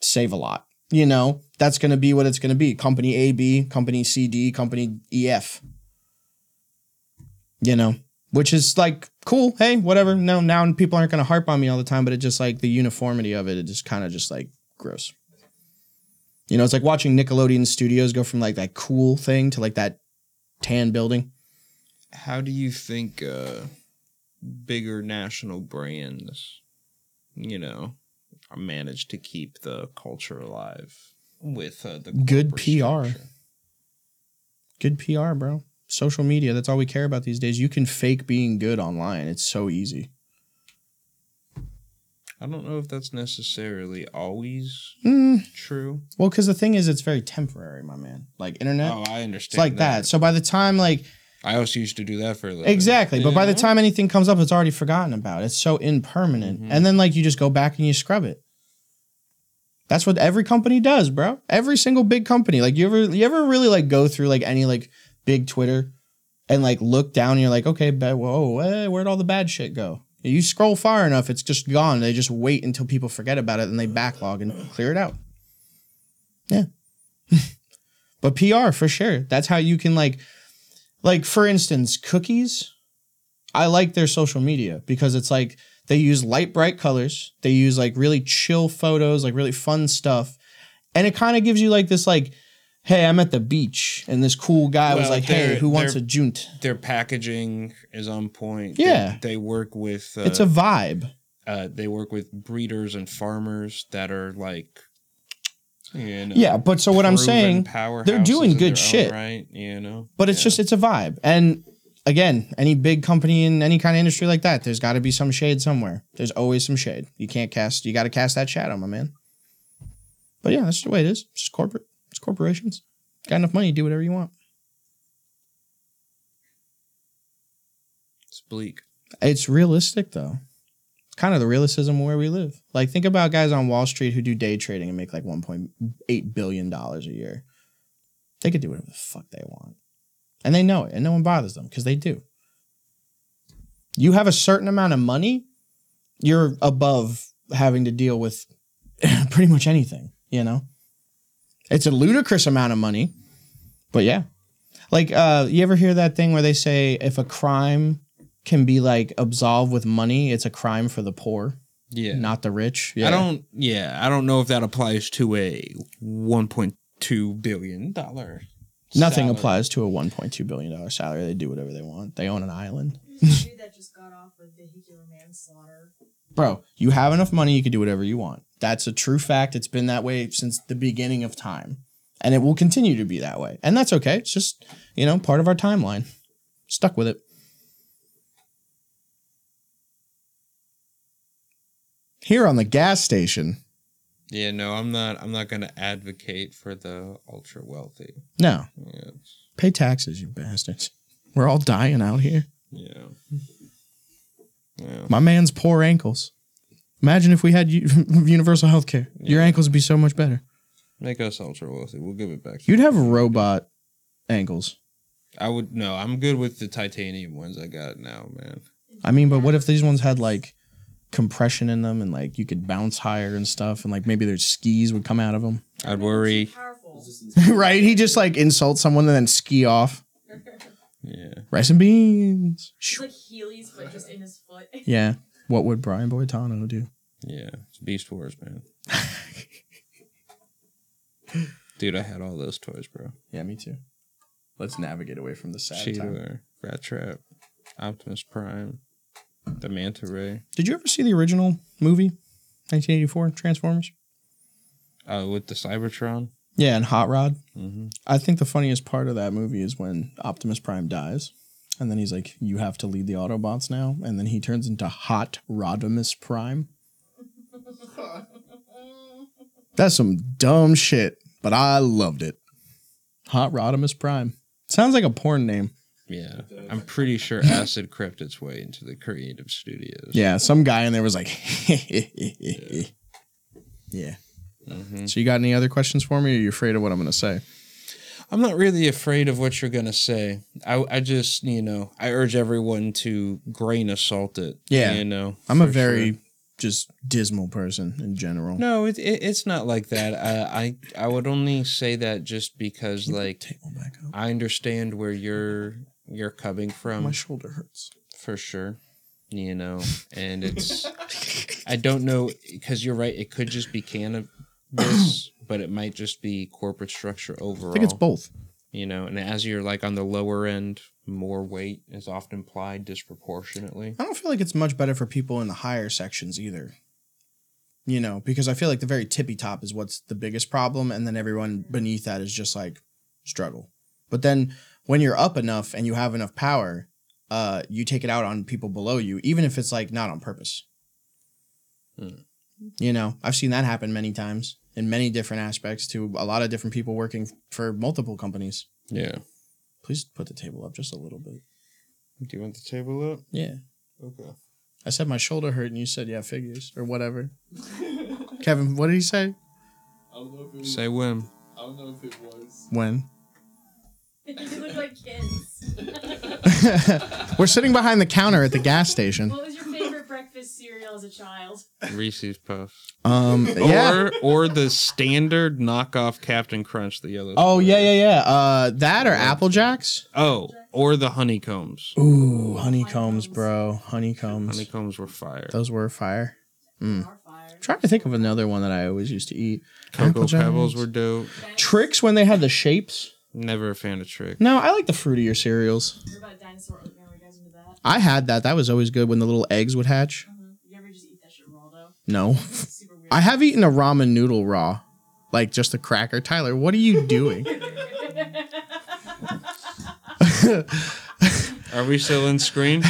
Save a Lot. You know, that's going to be what it's going to be. Company AB, company CD, company EF. You know, which is like cool. Hey, whatever. No, now people aren't going to harp on me all the time, but it just like the uniformity of it, it just kind of just like gross. You know, it's like watching Nickelodeon Studios go from like that cool thing to like that tan building. How do you think uh, bigger national brands, you know, are managed to keep the culture alive with uh, the Good corporate PR. structure. Good PR, bro. Social media, that's all we care about these days. You can fake being good online. It's so easy. I don't know if that's necessarily always Mm, true. well, because the thing is, it's very temporary, my man. Like, internet. Oh, I understand. It's like that. So by the time, like, I also used to do that for a little. bit. exactly. But by the Yeah. time anything comes up, it's already forgotten about. It's so impermanent. Mhm. And then, like, you just go back and you scrub it. That's what every company does, bro. Every single big company. Like, you ever, you ever really like go through like any like big Twitter and like look down and you're like, okay, but whoa, eh, where'd all the bad shit go? You scroll far enough, it's just gone. They just wait until people forget about it and they backlog and clear it out. Yeah. [laughs] but PR for sure. That's how you can like like for instance, cookies. I like their social media because it's like they use light bright colors. They use like really chill photos, like really fun stuff. And it kind of gives you like this like Hey, I'm at the beach, and this cool guy was Well, like, "Hey, they're- who wants a they're- junt?" their packaging is on point. They- Yeah. they, work with. Uh, it's a vibe. uh, they work with breeders and farmers that are like, you know, Yeah, but so what I'm proven saying, they're doing powerhouses good in their own shit. right? You know, but it's just it's a vibe. And again, any big company in any kind of industry like that, there's got to be some shade somewhere. There's always some shade. You can't cast. You got to cast that shadow, my man. But yeah, that's just the way it is. It's just corporate. It's corporations. Got enough money, do whatever you want. it's bleak. It's realistic though. It's kind of the realism where we live. Like think about guys on Wall Street who do day trading and make like 1.8 billion dollars a year. They could do whatever the fuck they want. And they know it and no one bothers them cuz they do. You have a certain amount of money, you're above having to deal with [laughs] pretty much anything, you know? It's a ludicrous amount of money. But yeah. Like uh you ever hear that thing where they say if a crime can be like absolved with money, it's a crime for the poor, Yeah, not the rich. I don't. Yeah, I don't know if that applies to a 1.2 billion dollar. Nothing salary. applies to a one point two billion dollar salary. They do whatever they want. They own an island, There's a dude that just got off with vehicular manslaughter. bro. You have enough money, you can do whatever you want. That's a true fact. It's been that way since the beginning of time, and it will continue to be that way. And that's okay. It's just you know part of our timeline. Stuck with it. Here on the gas station. Yeah, no, I'm not. I'm not going to advocate for the ultra wealthy. No, Yeah, pay taxes, you bastards. We're all dying out here. [laughs] yeah, yeah. My man's poor ankles. Imagine if we had u- [laughs] universal health care. Your ankles would be so much better. Make us ultra wealthy. We'll give it back. to You'd have robot ankles. I would no. I'm good with the titanium ones I got now, man. I mean, but what if these ones had like compression in them and like you could bounce higher and stuff and like maybe their skis would come out of them? I'd worry. Powerful. [laughs] [laughs] right? He just like insults someone and then ski off. Yeah, Rice and beans. It's like Heelys, but just in his [laughs] foot. Yeah. What would Brian Boitano do? yeah. It's Beast Wars, man. Dude, I had all those toys, bro. Yeah, me too. Let's navigate away from the sad Cheetor, Rat Trap, Optimus Prime, the Manta Ray. Did you ever see the original movie, 1984 Transformers? Uh, with the Cybertron. Yeah, and Hot Rod. Mm-hmm. I think the funniest part of that movie is when Optimus Prime dies, and then he's like, "You have to lead the Autobots now," and then he turns into Hot Rodimus Prime. Mm. That's some dumb shit, but I loved it. Hot Rodimus Prime sounds like a porn name. Yeah, I'm pretty sure Acid crept its way into the creative studios. Yeah, some guy in there was like, [laughs] "Yeah." Mhm. So you got any other questions for me? Or are you afraid of what I'm gonna say? I'm not really afraid of what you're gonna say. I, I just you know I urge everyone to grain of salt it. Yeah. you know I'm a for very sure. just dismal person in general. no. It, it, it's not like that. I, I I would only say that just because like Table back up. I understand where you're you're coming from My shoulder hurts. for sure. You know, [laughs] and it's I don't know because you're right. It could just [clears throat] be cannabis, but it might just be corporate structure overall. I think it's both. you know and as you're like on the lower end more weight is often applied disproportionately I don't feel like it's much better for people in the higher sections either. you know, because I feel like the very tippy top is what's the biggest problem, and then everyone beneath that is just like struggle. But then when you're up enough and you have enough power, uh, you take it out on people below you, even if it's like not on purpose. Hmm. You know, I've seen that happen many times in many different aspects to a lot of different people working for multiple companies. Yeah. Please put the table up just a little bit. Do you want the table up? Yeah. Okay. I said my shoulder hurt and you said, yeah, figures or whatever. [laughs] Kevin, what did he say? I don't know if it was. Say when. I don't know if it was. When? [laughs] [laughs] You look like kids. We're sitting behind the counter at the gas station. What was your favorite breakfast cereal as a child? Reese's [laughs] Puffs. Um, yeah. Or or the standard knockoff Captain Crunch, the yellow. Oh, yeah, squares. yeah, yeah. Uh, that or Apple Jacks? Oh, or the honeycombs. Ooh, honeycombs, bro. Honeycombs. Honeycombs were fire. Those were fire. Mm. Our fire. trying to think of another one that I always used to eat. Cocoa Apple Jacks. Pebbles were dope. Tricks when they had the shapes. Never a fan of trick. No, I like the fruitier cereals. What about dinosaur oatmeal? Were you guys into that? I had that. That was always good when the little eggs would hatch. Uh-huh. You ever just eat that shit raw [laughs] though? No. It's super weird. I [laughs] have eaten a ramen noodle raw, like just a cracker. Tyler, what are you doing? Are we still in [laughs] screen?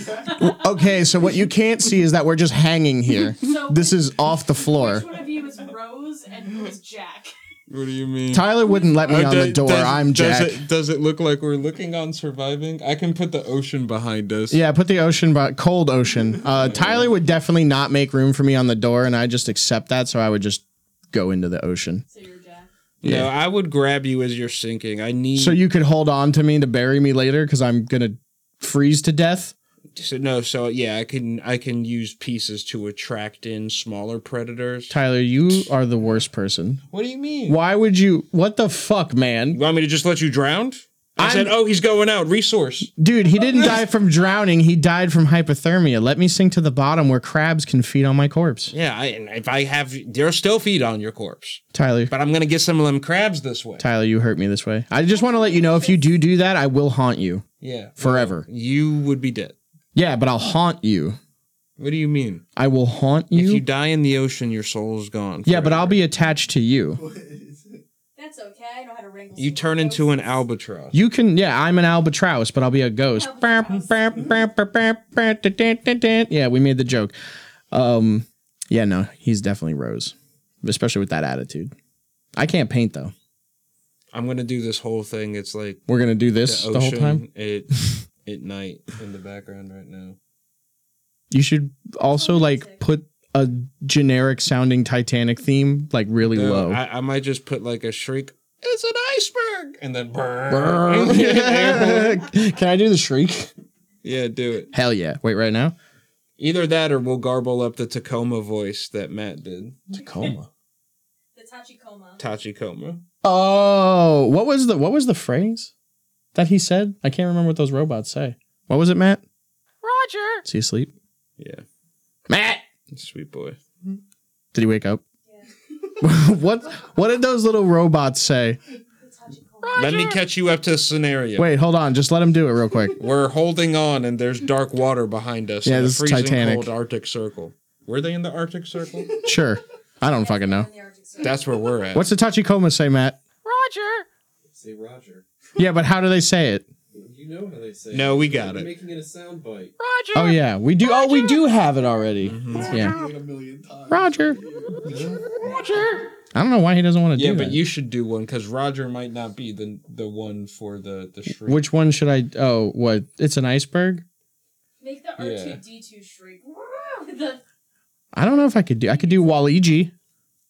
[laughs] okay, so what you can't see is that we're just hanging here. [laughs] So This is off the Which floor. one of you is Rose and who is Jack? [laughs] what do you mean? Tyler wouldn't let me Oh, on do- the door. does- I'm does Jack. it- does it look like we're looking on surviving? I can put the ocean behind us. Yeah, put the ocean, but cold ocean. Uh, Oh. Tyler would definitely not make room for me on the door, and I just accept that. So I would just go into the ocean, So you're Jack. No, I would grab you as you're sinking. I need. so you could hold on to me to bury me later because I'm gonna freeze to death. So, no, so yeah, I can I can use pieces to attract in smaller predators. Tyler, you are the worst person. What do you mean? Why would you? What the fuck, man? You want me to just let you drown? I I'm- said, oh, he's going out. Resource. Dude, he didn't die from drowning. He died from hypothermia. Let me sink to the bottom where crabs can feed on my corpse. Yeah, I, and if I have, there'll still feed on your corpse, Tyler, but I'm gonna get some of them crabs this way. Tyler, you hurt me this way. I just want to let you know if you do do that, I will haunt you Yeah, forever. you would be dead. Yeah, but I'll haunt you. What do you mean? I will haunt If you. you die in the ocean, your soul is gone. yeah, but forever. I'll be attached to you. That's okay. I know how to wrangle. You some turn roses. into an albatross. You can, yeah, I'm an albatross, but I'll be a ghost. Albatross. Yeah, we made the joke. Um, yeah, no, he's definitely Rose, especially with that attitude. I can't paint though. I'm gonna do this whole thing. It's like We're gonna do the this ocean the whole time. at at night in the background right now. You should also like music. put a generic sounding Titanic theme like really No, low. [laughs] I, I might just put like a shriek. It's an iceberg, and [laughs] then [laughs] [laughs] brrr. Can I do the shriek? yeah, do it. Hell yeah. Wait, right now? Either that, or we'll garble up the Tacoma voice that Matt did. Tacoma. The Tachikoma. Tachikoma. Oh, what was the what was the phrase that he said? I can't remember what those robots say. What was it, Matt? Roger. Is he asleep? Yeah, Matt. sweet boy. Did he wake up? [laughs] what what did those little robots say? [laughs] The Tachikoma. Let me catch you up to a scenario. Wait, hold on. Just let him do it real quick. We're holding on, and there's dark water behind us. Yeah, in the this is freezing Titanic. cold Arctic Circle. Were they in the Arctic [laughs] Circle? Sure. I don't fucking know. In the Arctic Circle. That's where we're at. What's the Tachikoma say, Matt? [laughs] Say Roger. Yeah, but how do they say it? You know how they say. No, we got You're it. making it a sound bite. Oh yeah, we do. Oh, we do have it already. Mm-hmm. Yeah, Like Mm-hmm. a million times. Roger. Roger. I don't know why he doesn't want to Yeah, do but that. you should do one because Roger might not be the the one for the the shriek. Which one should I? Oh, what? It's an iceberg. Make the Yeah. R2D2 shriek. Woo! [laughs] With the I don't know if I could do. I could do Waligi.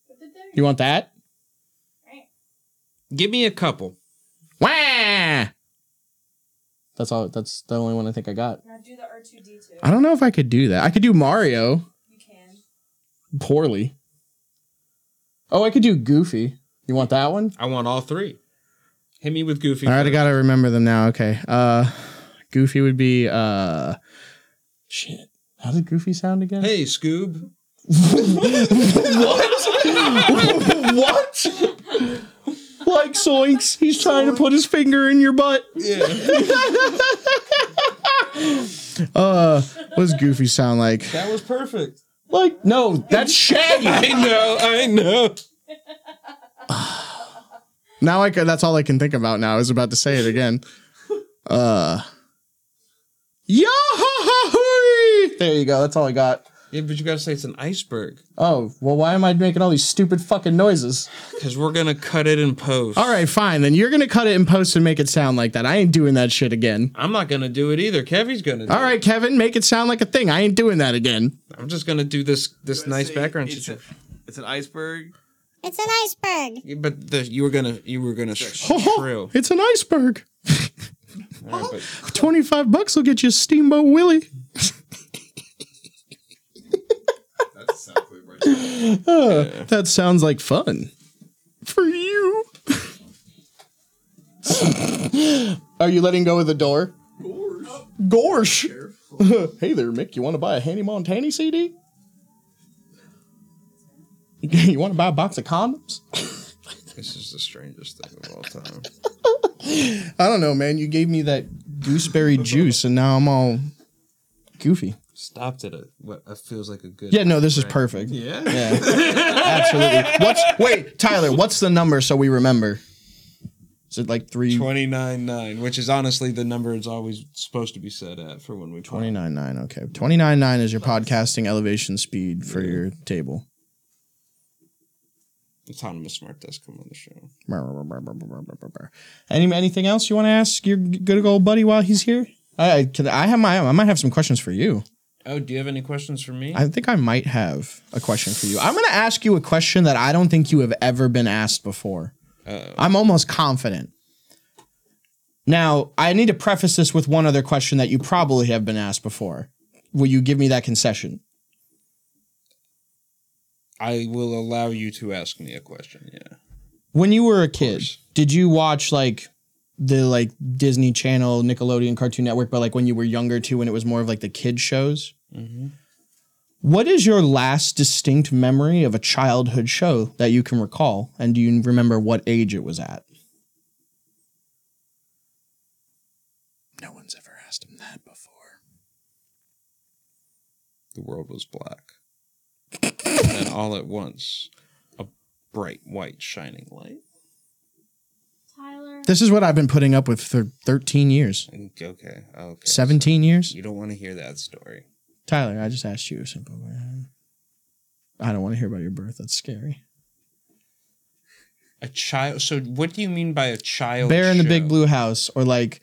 with the thing. You want that? Give me a couple. Wah! That's all. That's the only one I think I got. Now do the R2D2. I don't know if I could do that. I could do Mario You can. poorly. Oh, I could do Goofy. You want that one? I want all three. Hit me with Goofy. All right, I first. gotta remember them now. Okay. Uh, Goofy would be uh, shit. How did Goofy sound again? Hey, Scoob. what? Like Zoinks, he's trying to put his finger in your butt. Yeah, [laughs] Uh, what does Goofy sound like? that was perfect. Like, no, that's Shaggy. I know, I know. now I ca- that's all I can think about now. I was about to say it again. Uh Yahoo! There you go. That's all I got. Yeah, but you gotta say it's an iceberg Oh, well, why am I making all these stupid fucking noises? because we're gonna cut it in post. All right, fine. Then you're going to cut it and post and make it sound like that. I ain't doing that shit again. I'm not gonna do it either. Kevy's gonna. Do All right, Kevin, make it sound like a thing. I ain't doing that again. it. I'm just gonna do this this Gotta nice say background it's situation. It's an iceberg. It's an iceberg. Yeah, but the, you were gonna you were gonna sh- [laughs] shrill. Oh, it's an iceberg. All right, [laughs] but- 25 bucks will get you a Steamboat Willie. That's a sound clip right there. Uh, That sounds like fun. For you. Are you letting go of the door? Gorsh. [laughs] hey there, Mick. You want to buy a Handy Montani CD? [laughs] You want to buy a box of condoms? this is the strangest thing of all time. I don't know, man. You gave me that gooseberry juice, and now I'm all goofy. Stopped at a what uh, feels like a good. Yeah, no, this is perfect. Yeah, [laughs] absolutely. What's wait, Tyler? What's the number so we remember? Is it like three Twenty nine nine, which is honestly the number it's always supposed to be set at for when we talk. twenty nine nine? Okay, twenty nine nine is your podcasting elevation speed for your table. Autonomous smart does come on the show. Any anything else you want to ask your good old buddy while he's here? I I, can, I have my I might have some questions for you. Oh, do you have any questions for me? I think I might have a question for you. I'm going to ask you a question that I don't think you have ever been asked before. Uh-oh. I'm almost confident. Now, I need to preface this with one other question that you probably have been asked before. Will you give me that concession? I will allow you to ask me a question. Yeah. When you were a kid, course. did you watch like the like Disney Channel, Nickelodeon, Cartoon Network, but like when you were younger too, when it was more of like the kid shows? Mm-hmm. What is your last distinct memory of a childhood show that you can recall? And do you remember what age it was at? No one's ever asked him that before. The world was black. and all at once, a bright white shining light. Tyler. This is what I've been putting up with for 13 years, And- Okay. Okay. 17 years. You don't want to hear that story. Tyler, I just asked you a simple question. I don't want to hear about your birth. That's scary. A child. So, what do you mean by a child? Bear in the Big show? Blue House, or like,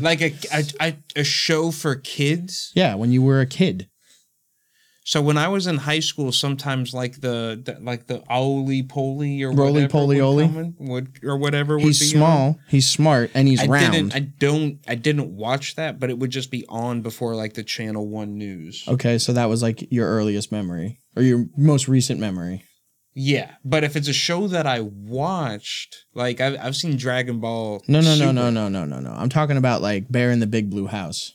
Like a, a, a, a show for kids? yeah, when you were a kid. So when I was in high school, sometimes like the, the like the Oli Poly or Roly whatever Poly would Oly? come in- would or whatever would He's be on. small, he's smart, and he's I round. didn't. I don't. I didn't watch that, but it would just be on before like the Channel One news. Okay, so that was like your earliest memory or your most recent memory. Yeah, but if it's a show that I watched, like I've, I've seen Dragon Ball. No, no, no, Super no, no, no, no, no. I'm talking about like Bear in the Big Blue House.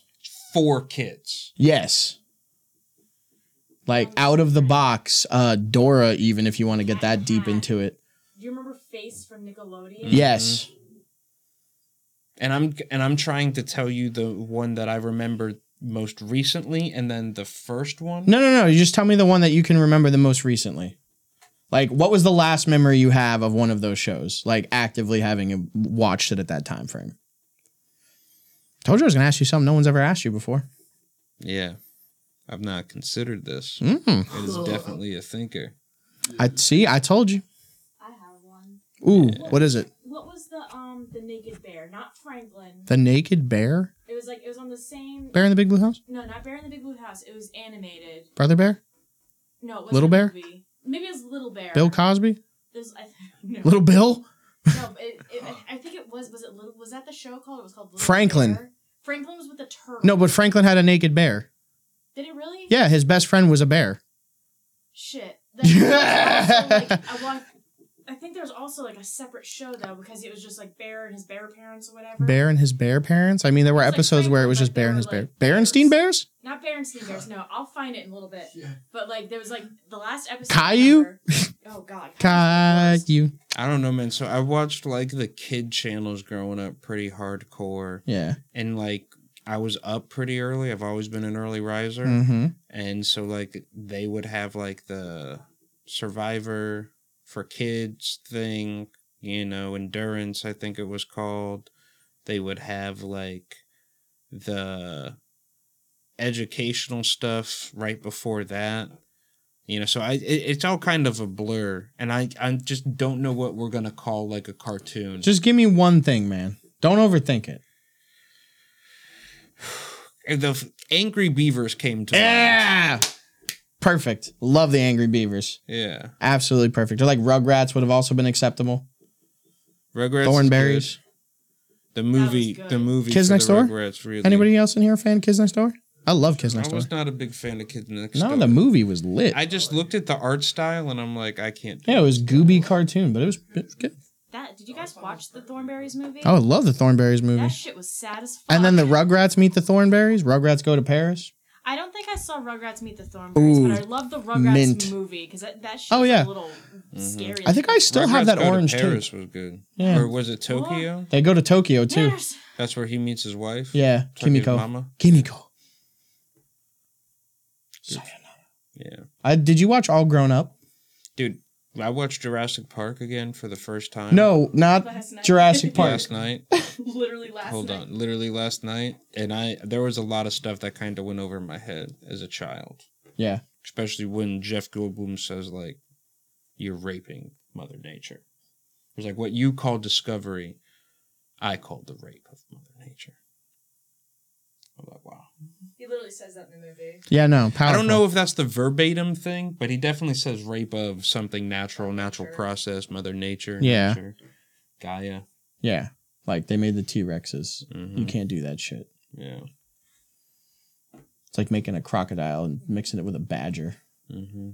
For kids. Yes. Like out of the box, uh Dora even if you want to get that deep into it. Do you remember Face from Nickelodeon? Mm-hmm. Yes. and I'm and I'm trying to tell you the one that I remember most recently, and then the first one. No, no, no. You just tell me the one that you can remember the most recently. Like what was the last memory you have of one of those shows? Like actively having watched it at that time frame. Told you I was going to ask you something no one's ever asked you before. Yeah, I've not considered this. Mm. It is definitely a thinker. I see. I told you. I have one. Ooh, what is it? What was the um the naked bear? Not Franklin. The Naked Bear? It was like it was on the same. Bear in the Big Blue House? No, not Bear in the Big Blue House. It was animated. Brother Bear? No, it was Little Bear? Movie. Maybe it was Little Bear. Bill Cosby? It was, I, [laughs] no, Little Bill? no, it, it, I think it was. Was it little? Was that the show called? It was called Little Franklin. Bear? Franklin was with the turtle. No, but Franklin had a naked bear. did it really? Yeah, his best friend was a bear. Shit. That- [laughs] that was also, like, I want. I think there was also like a separate show though because it was just like Bear and his bear parents or whatever. Bear and his bear parents? I mean, there were It's like episodes where it was Franklin, just but they bear and were his bear. like Berenstein bears? Not Bear and Steve Bears. No, I'll find it in a little bit. Yeah. But like there was like the last episode. Caillou? [laughs] ever- Oh God. God, you. I don't know, man. So I watched like the kid channels growing up pretty hardcore, Yeah. and like I was up pretty early. I've always been an early riser, Mm-hmm. and so like they would have like the Survivor for kids thing, you know, endurance. I think it was called. They would have like the educational stuff right before that. You know, so I it, it's all kind of a blur, and I I just don't know what we're gonna call like a cartoon. Just give me one thing, man. Don't overthink it. And the f- Angry Beavers came to mind. Yeah. Perfect. Love the Angry Beavers. yeah. Absolutely perfect. Or like Rugrats would have also been acceptable. Rugrats. is good. Thornberries. The was movie, good. the movie. Kids for Next the Door? Rugrats, really. Anybody else in here a fan of Kids Next Door? I love Kids Next I Door. was not a big fan of Kids Next Door. No, the movie was lit. I just looked at the art style and I'm like, I can't. do yeah, it was gooby cartoon, but it was, it was good. That Oh, did you guys watch the Thornberries movie? I would love the Thornberries Oh, movie. That shit was sad as fuck. And then the Rugrats meet the Thornberries. Rugrats go to Paris. I don't think I saw Rugrats Meet the Thornberries, Ooh, but I love the Rugrats mint. movie because that, that shit Oh, was yeah. a little Mm-hmm. scary. I think I still have Rugrats that Go to orange too. Paris was good. Yeah. Or was it Tokyo? They go to Tokyo too. There's- That's where he meets his wife. Yeah, Tokyo's Kimiko. Mama. Kimiko. Yeah. I, did you watch All Grown Up? Dude, I watched Jurassic Park again for the first time. No, not [laughs] Last night. Jurassic Park. Last night. [laughs] literally last Hold night. on. Literally last night. And I, there was a lot of stuff that kind of went over my head as a child. Yeah. especially when Jeff Goldblum says like, "You're raping Mother Nature." It was like what you call discovery, I called the rape of Mother Nature. I'm like, wow. He literally says that in the movie. Yeah, no. I powerful. don't know if that's the verbatim thing, but he definitely says rape of something natural, natural process, Mother Nature, Yeah. nature, Gaia. Yeah. Like they made the T Rexes. You Mhm. can't do that shit. Yeah. It's like making a crocodile and mixing it with a badger. hmm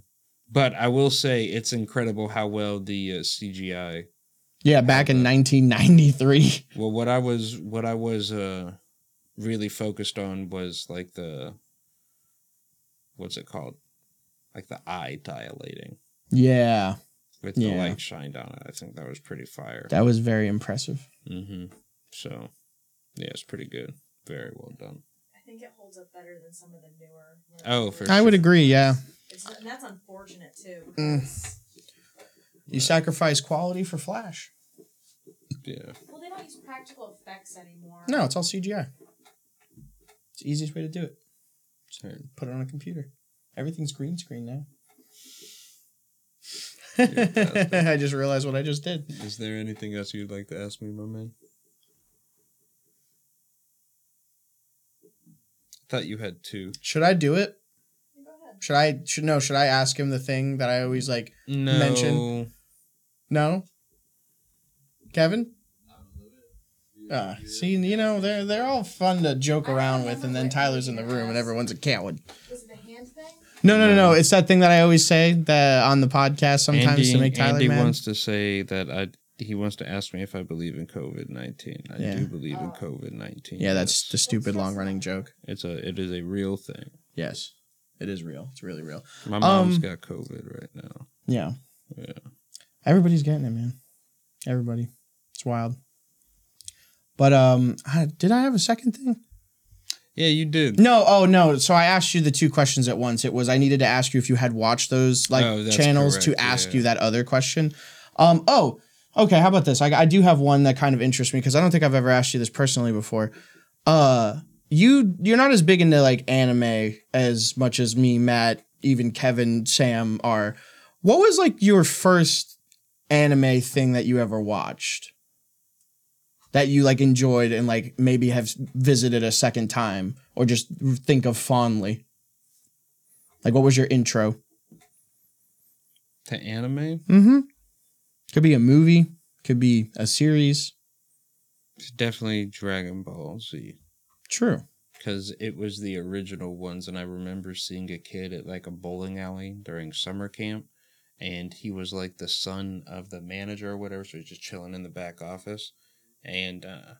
But I will say it's incredible how well the uh, CGI Yeah, back in 1993. Well, what I was what I was uh really focused on was like the what's it called? Like the eye dilating [laughs] Yeah, with Yeah. the light shined on it. I think that was pretty fire. that was very impressive. hmm So, yeah, it's pretty good. Very well done. I think it holds up better than some of the newer. Oh, for I sure. would agree. Yeah. It's, and that's unfortunate too. You sacrifice quality for flash. Yeah. Well, they don't use practical effects anymore. No, it's all CGI. It's the easiest way to do it. So, Put it on a computer. Everything's green screen now. [laughs] fantastic. I just realized what I just did. is there anything else you'd like to ask me, my man? I thought you had two. Should I do it? Go ahead. Should I? Should no? Should I ask him the thing that I always like? No. Mention. No. Kevin. Ah, see, you know they're they're all fun to joke around with, and then Tyler's in the room, and everyone's a coward. Was it the hand thing? No, no, no, no. It's that thing that I always say that on the podcast sometimes Andy, to make Tyler Andy mad. wants to say that I he wants to ask me if I believe in COVID nineteen. I Yeah. do believe in COVID nineteen. yeah, that's the stupid long running joke. it's a it is a real thing. Yes, it is real. It's really real. My mom's Um, got COVID right now. Yeah. Yeah. Everybody's getting it, man. Everybody. It's wild. But um, I, did I have a second thing? Yeah, you did. No, oh no. So I asked you the two questions at once. It was I needed to ask you if you had watched those like Oh, that's channels to correct, ask yeah. you that other question. Um. Oh. Okay. How about this? I, I do have one that kind of interests me because I don't think I've ever asked you this personally before. Uh, you you're not as big into like anime as much as me, Matt, even Kevin, Sam are. What was like your first anime thing that you ever watched? that you like enjoyed and like maybe have visited a second time or just think of fondly? Like, what was your intro? To anime, Mm hmm. Could be a movie, could be a series. it's definitely Dragon Ball Z True. because it was the original ones, and I remember seeing a kid at like a bowling alley during summer camp, and he was like the son of the manager or whatever, so he's just chilling in the back office, and uh,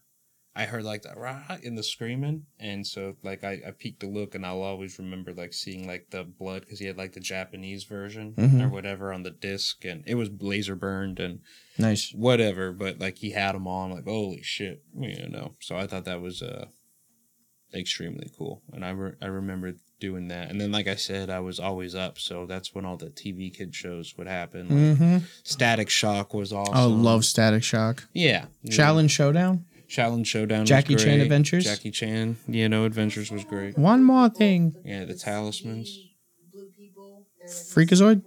I heard like the rah in the screaming, and so like I, I peeked a look, and I'll always remember like seeing like the blood because he had like the Japanese version Mhm. or whatever on the disc, and it was laser burned and Nice. whatever, but like he had them on, like holy shit, you know. So I thought that was uh extremely cool. And I, re- I remember doing that. And then, like I said, I was always up. So that's when all the TV kid shows would happen. Like, Mm-hmm. Static Shock was awesome. Oh, love Static Shock. Yeah. Shaolin Showdown. Shaolin Showdown. was Jackie Chan great. Adventures? Jackie Chan, you know, Adventures was great. One more thing. Yeah, the talismans. Blue people. they're like- Freakazoid?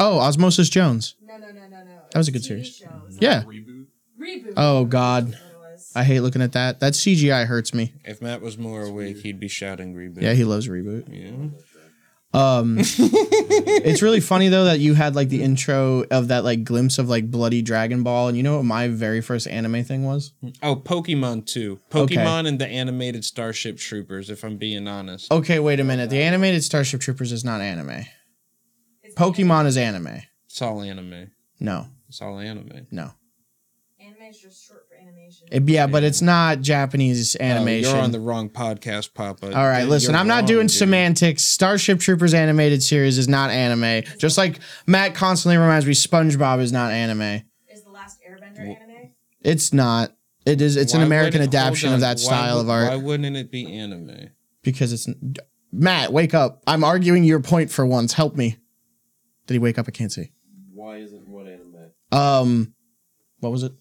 Oh, Osmosis Jones. No, no, no, no, no. That was a good TV series. show. It's Yeah. Reboot. not- Reboot. Oh, God. That's what it was. I hate looking at that. That CGI hurts me. If Matt was more awake, he'd be shouting reboot. Yeah, he loves reboot. Yeah. [laughs] Um, it's really funny though that you had like the intro of that like glimpse of like bloody Dragon Ball, and you know what my very first anime thing was? Oh, Pokemon too. Okay. Pokemon and the animated Starship Troopers, if I'm being honest. Okay, wait a minute. The animated Starship Troopers is not anime. It's Pokemon is anime. It's all anime. No, It's all anime. no. Anime is just short for animation. It- yeah, but it's not Japanese animation. Oh, you're on the wrong podcast, Papa. All right, You're listen, I'm not wrong, doing dude. semantics. Starship Troopers animated series is not anime. Just like Matt constantly reminds me, SpongeBob is not anime. Is the last Airbender Well- anime? It's not. It is. It's Why an American wouldn't- hold adaptation on, of that why style of would- art. Why wouldn't it be anime? because it's Matt. Wake up! I'm arguing your point for once. Help me. Did he wake up? I can't see. Why isn't what anime? Um, what was it?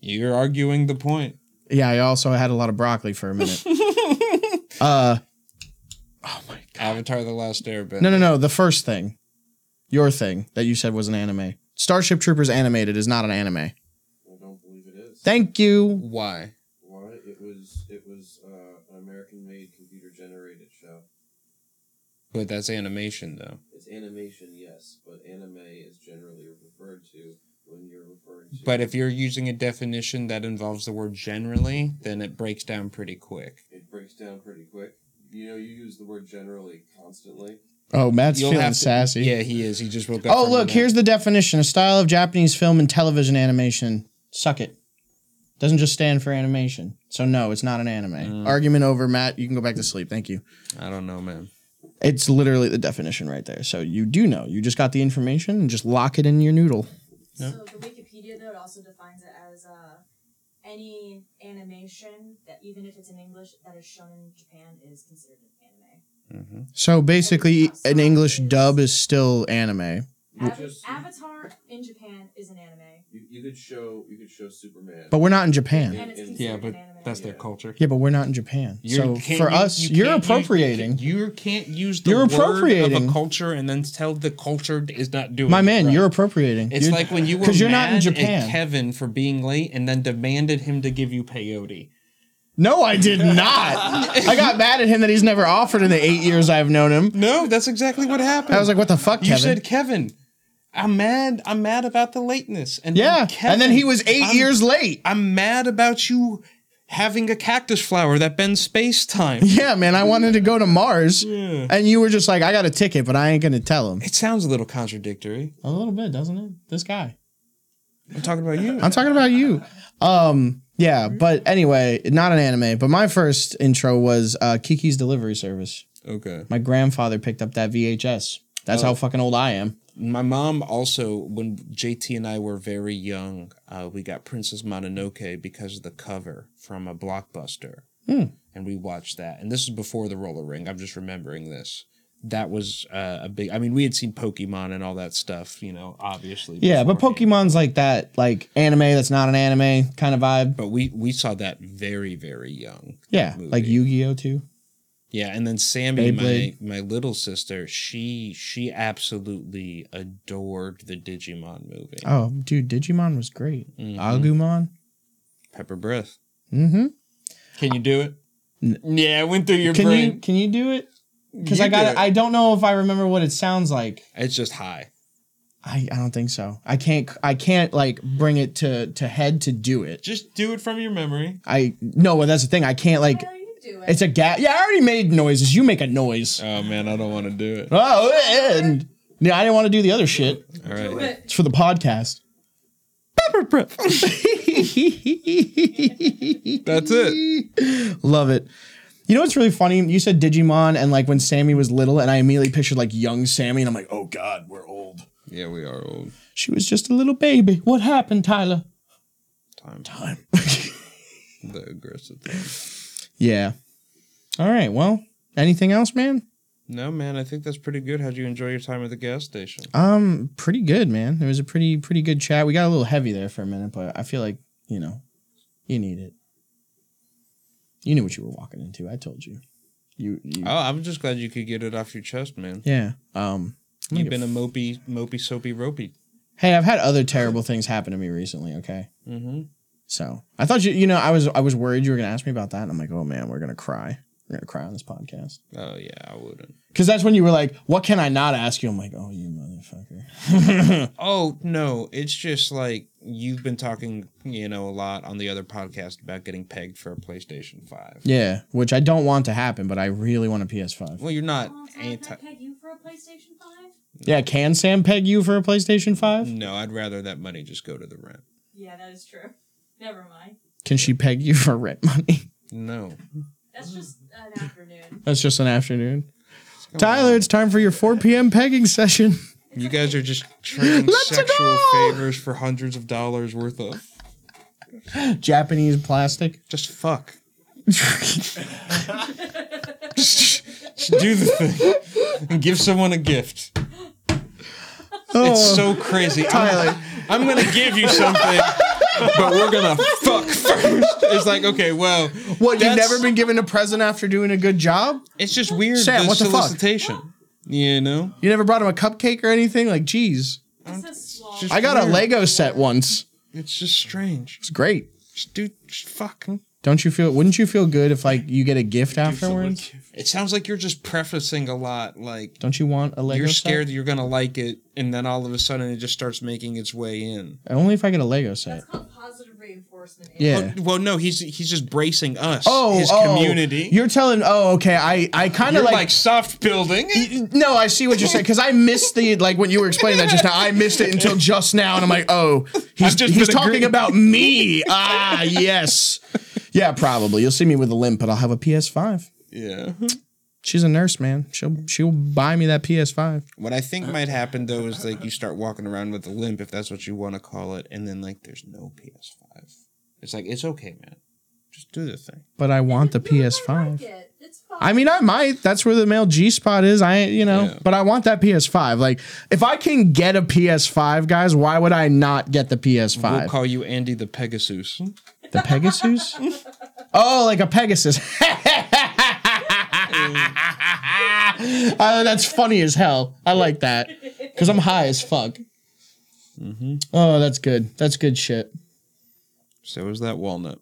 You're arguing the point. Yeah, I also had a lot of broccoli for a minute. uh, oh my god! Avatar: The Last Airbender. No, no, no. The first thing, your thing that you said was an anime. Starship Troopers animated is not an anime. I don't believe it is. Thank you. Why? Why? It was it was uh, an American-made computer-generated show. But that's animation, though. It's animation, yes, but anime is generally referred to when you're referring to. But if you're using a definition that involves the word generally, then it breaks down pretty quick. it breaks down pretty quick. You know, you use the word generally constantly. Oh, Matt's You'll feeling have to- sassy. Yeah, he is. He just woke up. Oh, from look, a nap. here's the definition a style of Japanese film and television animation. Suck it. Doesn't just stand for animation. So, no, it's not an anime. Mm. Argument over, Matt. You can go back to sleep. Thank you. I don't know, man. It's literally the definition right there. So, you do know. You just got the information and just lock it in your noodle. Yeah. So the Wikipedia note also defines it as uh, any animation that, even if it's in English, that is shown in Japan is considered an anime. Mm-hmm. So, basically, an English dub is still anime. Ava- Just- Avatar in Japan is an anime, You, you could show you could show Superman. But we're not in Japan. and it's Yeah, considered Yeah, but an anime. that's their culture. Yeah, but we're not in Japan. so, can't- for you- us, you you are can't use- appropriating. You can't, you can't use the You're word of appropriating. a culture and then tell the culture is not doing. My it man, right. you're appropriating. It's You're- like when you were 'cause you're not in Japan. at Kevin for being late and then demanded him to give you peyote. No, I [laughs] did not. I got mad at him that he's never offered in the eight years I've known him. No, that's exactly what happened. I was like, what the fuck, you Kevin? said Kevin. I'm mad. I'm mad about the lateness. And then yeah. Kevin, and then he was 8 I'm- years late. I'm mad about you having a cactus flower that bends space time. [laughs] Yeah, man, I wanted to go to Mars. And you were just like, I got a ticket, but I ain't going to tell him. It sounds a little contradictory. A little bit, doesn't it? This guy. I'm talking about you. I'm talking about you. Um, yeah, but anyway, not an anime. But my first intro was uh, Kiki's Delivery Service. Okay. My grandfather picked up that VHS. That's Oh. how fucking old I am. My mom also, when JT and I were very young, uh, we got Princess Mononoke because of the cover from a blockbuster, Hmm. and we watched that. And this is before the roller ring. I'm just remembering this. That was uh, a big. I mean, we had seen Pokemon and all that stuff, you know, obviously. Yeah, but beforehand. Pokemon's like that, like anime that's not an anime kind of vibe. But we we saw that very very young. Yeah, movie. like Yu Gi Oh too. Yeah, and then Sammy, my, Beyblade. my little sister, she she absolutely adored the Digimon movie. Oh, dude, Digimon was great. Mhm. Mm-hmm. Agumon. Pepper Breath. Mm-hmm. Can you do it? yeah, it went through your Can brain. you can you do it? Because You I do got it. I don't know if I remember what it sounds like. It's just high. I, I don't think so. I can't I can't like bring it to to head to do it. Just do it from your memory. I no, well, that's the thing. I can't like How do you do it? it's a gap. Yeah, I already made noises. You make a noise. Oh man, I don't want to do it. Oh, and yeah, I didn't want to do the other shit. All right. But It's for the podcast. [laughs] Pepper prep. That's it. Love it. You know what's really funny? You said Digimon, and like when Sammy was little, and I immediately pictured like young Sammy, and I'm like, oh god, we're old. Yeah, we are old. She was just a little baby. What happened, Tyler? Time. Time. [laughs] The aggressive time. yeah. All right. Well, anything else, man? No, man, I think that's pretty good. How'd you enjoy your time at the gas station? Um, pretty good, man. It was a pretty pretty good chat. We got a little heavy there for a minute, but I feel like you know, you need it. You knew what you were walking into. I told you. You. you Oh, I'm just glad you could get it off your chest, man. yeah. Um. I'm You've gonna- been a mopey, mopey, soapy, ropey. Hey, I've had other terrible things happen to me recently. Okay. Mm-hmm. So I thought you. You know, I was I was worried you were gonna ask me about that, and I'm like, oh man, we're gonna cry. We're gonna cry on this podcast. Oh yeah, I wouldn't. Because that's when you were like, what can I not ask you? I'm like, oh, you motherfucker. [laughs] Oh no, it's just like you've been talking, you know, a lot on the other podcast about getting pegged for a PlayStation Five. yeah, which I don't want to happen, but I really want a PS5. Well, you're not Oh, Mom, can anti. I peg you for a PlayStation 5? Yeah, can Sam peg you for a PlayStation 5? No, I'd rather that money just go to the rent. Yeah, that is true. [laughs] Never mind. Can she peg you for rent money? No, That's just an afternoon. [laughs] That's just an afternoon. Tyler, it's time for your 4 p.m. pegging session. you guys are just trading Let's sexual go! favors for hundreds of dollars worth [laughs] of Japanese plastic. just fuck. just, just do the thing and give someone a gift. It's so crazy. Tyler. I'm, I'm gonna give you something, but we're gonna fuck first. It's like, okay, well, What, you've that's- never been given a present after doing a good job? It's just weird. Sam, the what the fuck? solicitation. You know, You never brought him a cupcake or anything? Like, geez. This is small. just- I got a Lego set once. it's just strange. It's great. Just do, just fucking. Don't you feel, wouldn't you feel good if, like, you get a gift afterwards? It sounds like you're just prefacing a lot, like Don't you want a Lego you're set? scared that you're gonna like it, and then all of a sudden it just starts making its way in. Only if I get a Lego set. That's called positive reinforcement. Amy. Yeah. Oh, well, no, he's he's just bracing us, Oh, his oh, community. You're telling. Oh, okay. I I kind You're of like, like. soft building. [laughs] it. no, I see what you're saying because I missed the like when you were explaining that just now. I missed it until just now, and I'm like, oh, he's I've just he's been talking agreeing. about me. Ah, yes, yeah, probably. You'll see me with a limp, but I'll have a PS5. Yeah. She's a nurse, man. She'll she'll buy me that PS5. What I think might happen though is like you start walking around with a limp, if that's what you want to call it, and then like there's no PS5. It's like it's okay, man. Just do the thing. But I want the You might like PS5. it. It's fine. I mean, I might. That's where the male G spot is. I, you know, Yeah. but I want that PS5. Like, if I can get a PS5, guys, why would I not get the PS5? We'll call you Andy the Pegasus. The Pegasus? oh, like a Pegasus. Uh, that's funny as hell. I like that because I'm high as fuck. Oh, that's good. That's good shit. So is that walnut?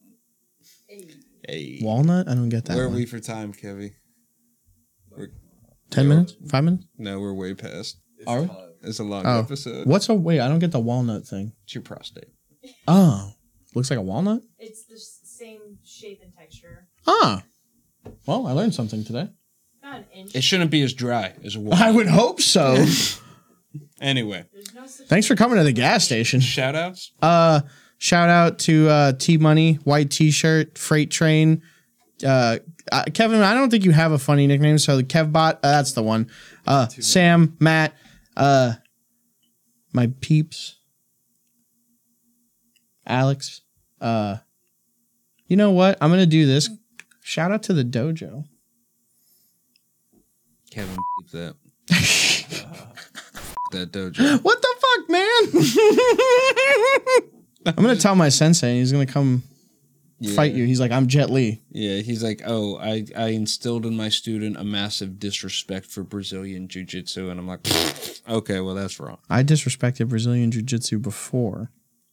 Hey. Walnut? I don't get that. Where are one. we for time, Kevy? Ten minutes? Five minutes? No, we're way past. Are we? It's a long Oh. episode. What's a wait? I don't get the walnut thing. It's your prostate. Oh, looks like a walnut. It's the s- same shape and texture. Ah, well, I learned something today. Not an inch. It shouldn't be as dry as a walnut. I would hope so. Anyway, There's no such [laughs] Thanks for coming to the gas station. shout outs. Uh, shout out to uh, T Money, White T Shirt, Freight Train. Uh, uh, Kevin, I don't think you have a funny nickname, so the Kevbot, uh, that's the one. Uh, Sam, Matt, uh, my peeps, Alex. Uh, you know what? I'm gonna do this. Shout out to the dojo. [laughs] Kevin, keep that. that dojo. What the fuck, man? [laughs] I'm gonna tell my sensei, and he's gonna come Yeah. fight you. He's like, I'm Jet Li. [gasps] Yeah, he's like, oh, I, I instilled in my student a massive disrespect for Brazilian jiu jitsu. And I'm like, [laughs] okay, well, that's wrong. I disrespected Brazilian Jiu Jitsu before,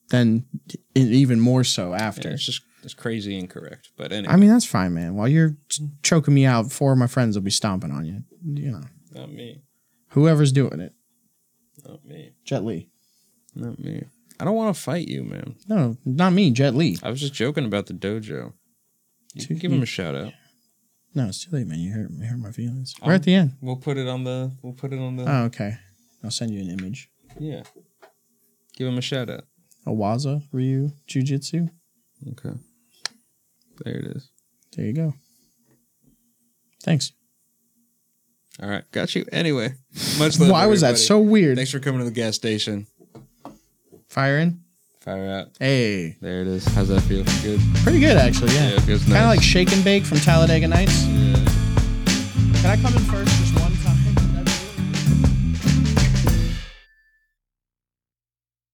then e- even more so Yeah, after. it's just it's crazy incorrect. But anyway, I mean, that's fine, man. While you're ch- choking me out, four of my friends will be stomping on you. You know, not me. whoever's doing it. Not me. Jet Li. Not me. I don't want to fight you, man. No, not me, Jet Li. I was just joking about the dojo. You can give him a shout out. No, it's too late, man. You hurt, you hurt my feelings. We're Oh. at the end. We'll put it on the. We'll put it on the. Oh, okay. I'll send you an image. yeah. Give him a shout out. Awaza, Ryu, Jiu Jitsu. Okay. There it is. There you go. Thanks. All right, got you. Anyway, much love. Why was that everybody. so weird? Thanks for coming to the gas station. Fire in. Fire out. Hey, There it is. How's that feel? Good. pretty good actually. Yeah, Yeah, it feels kind of nice. like shake and bake from Talladega Nights. Yeah. Can I come in first? Just one.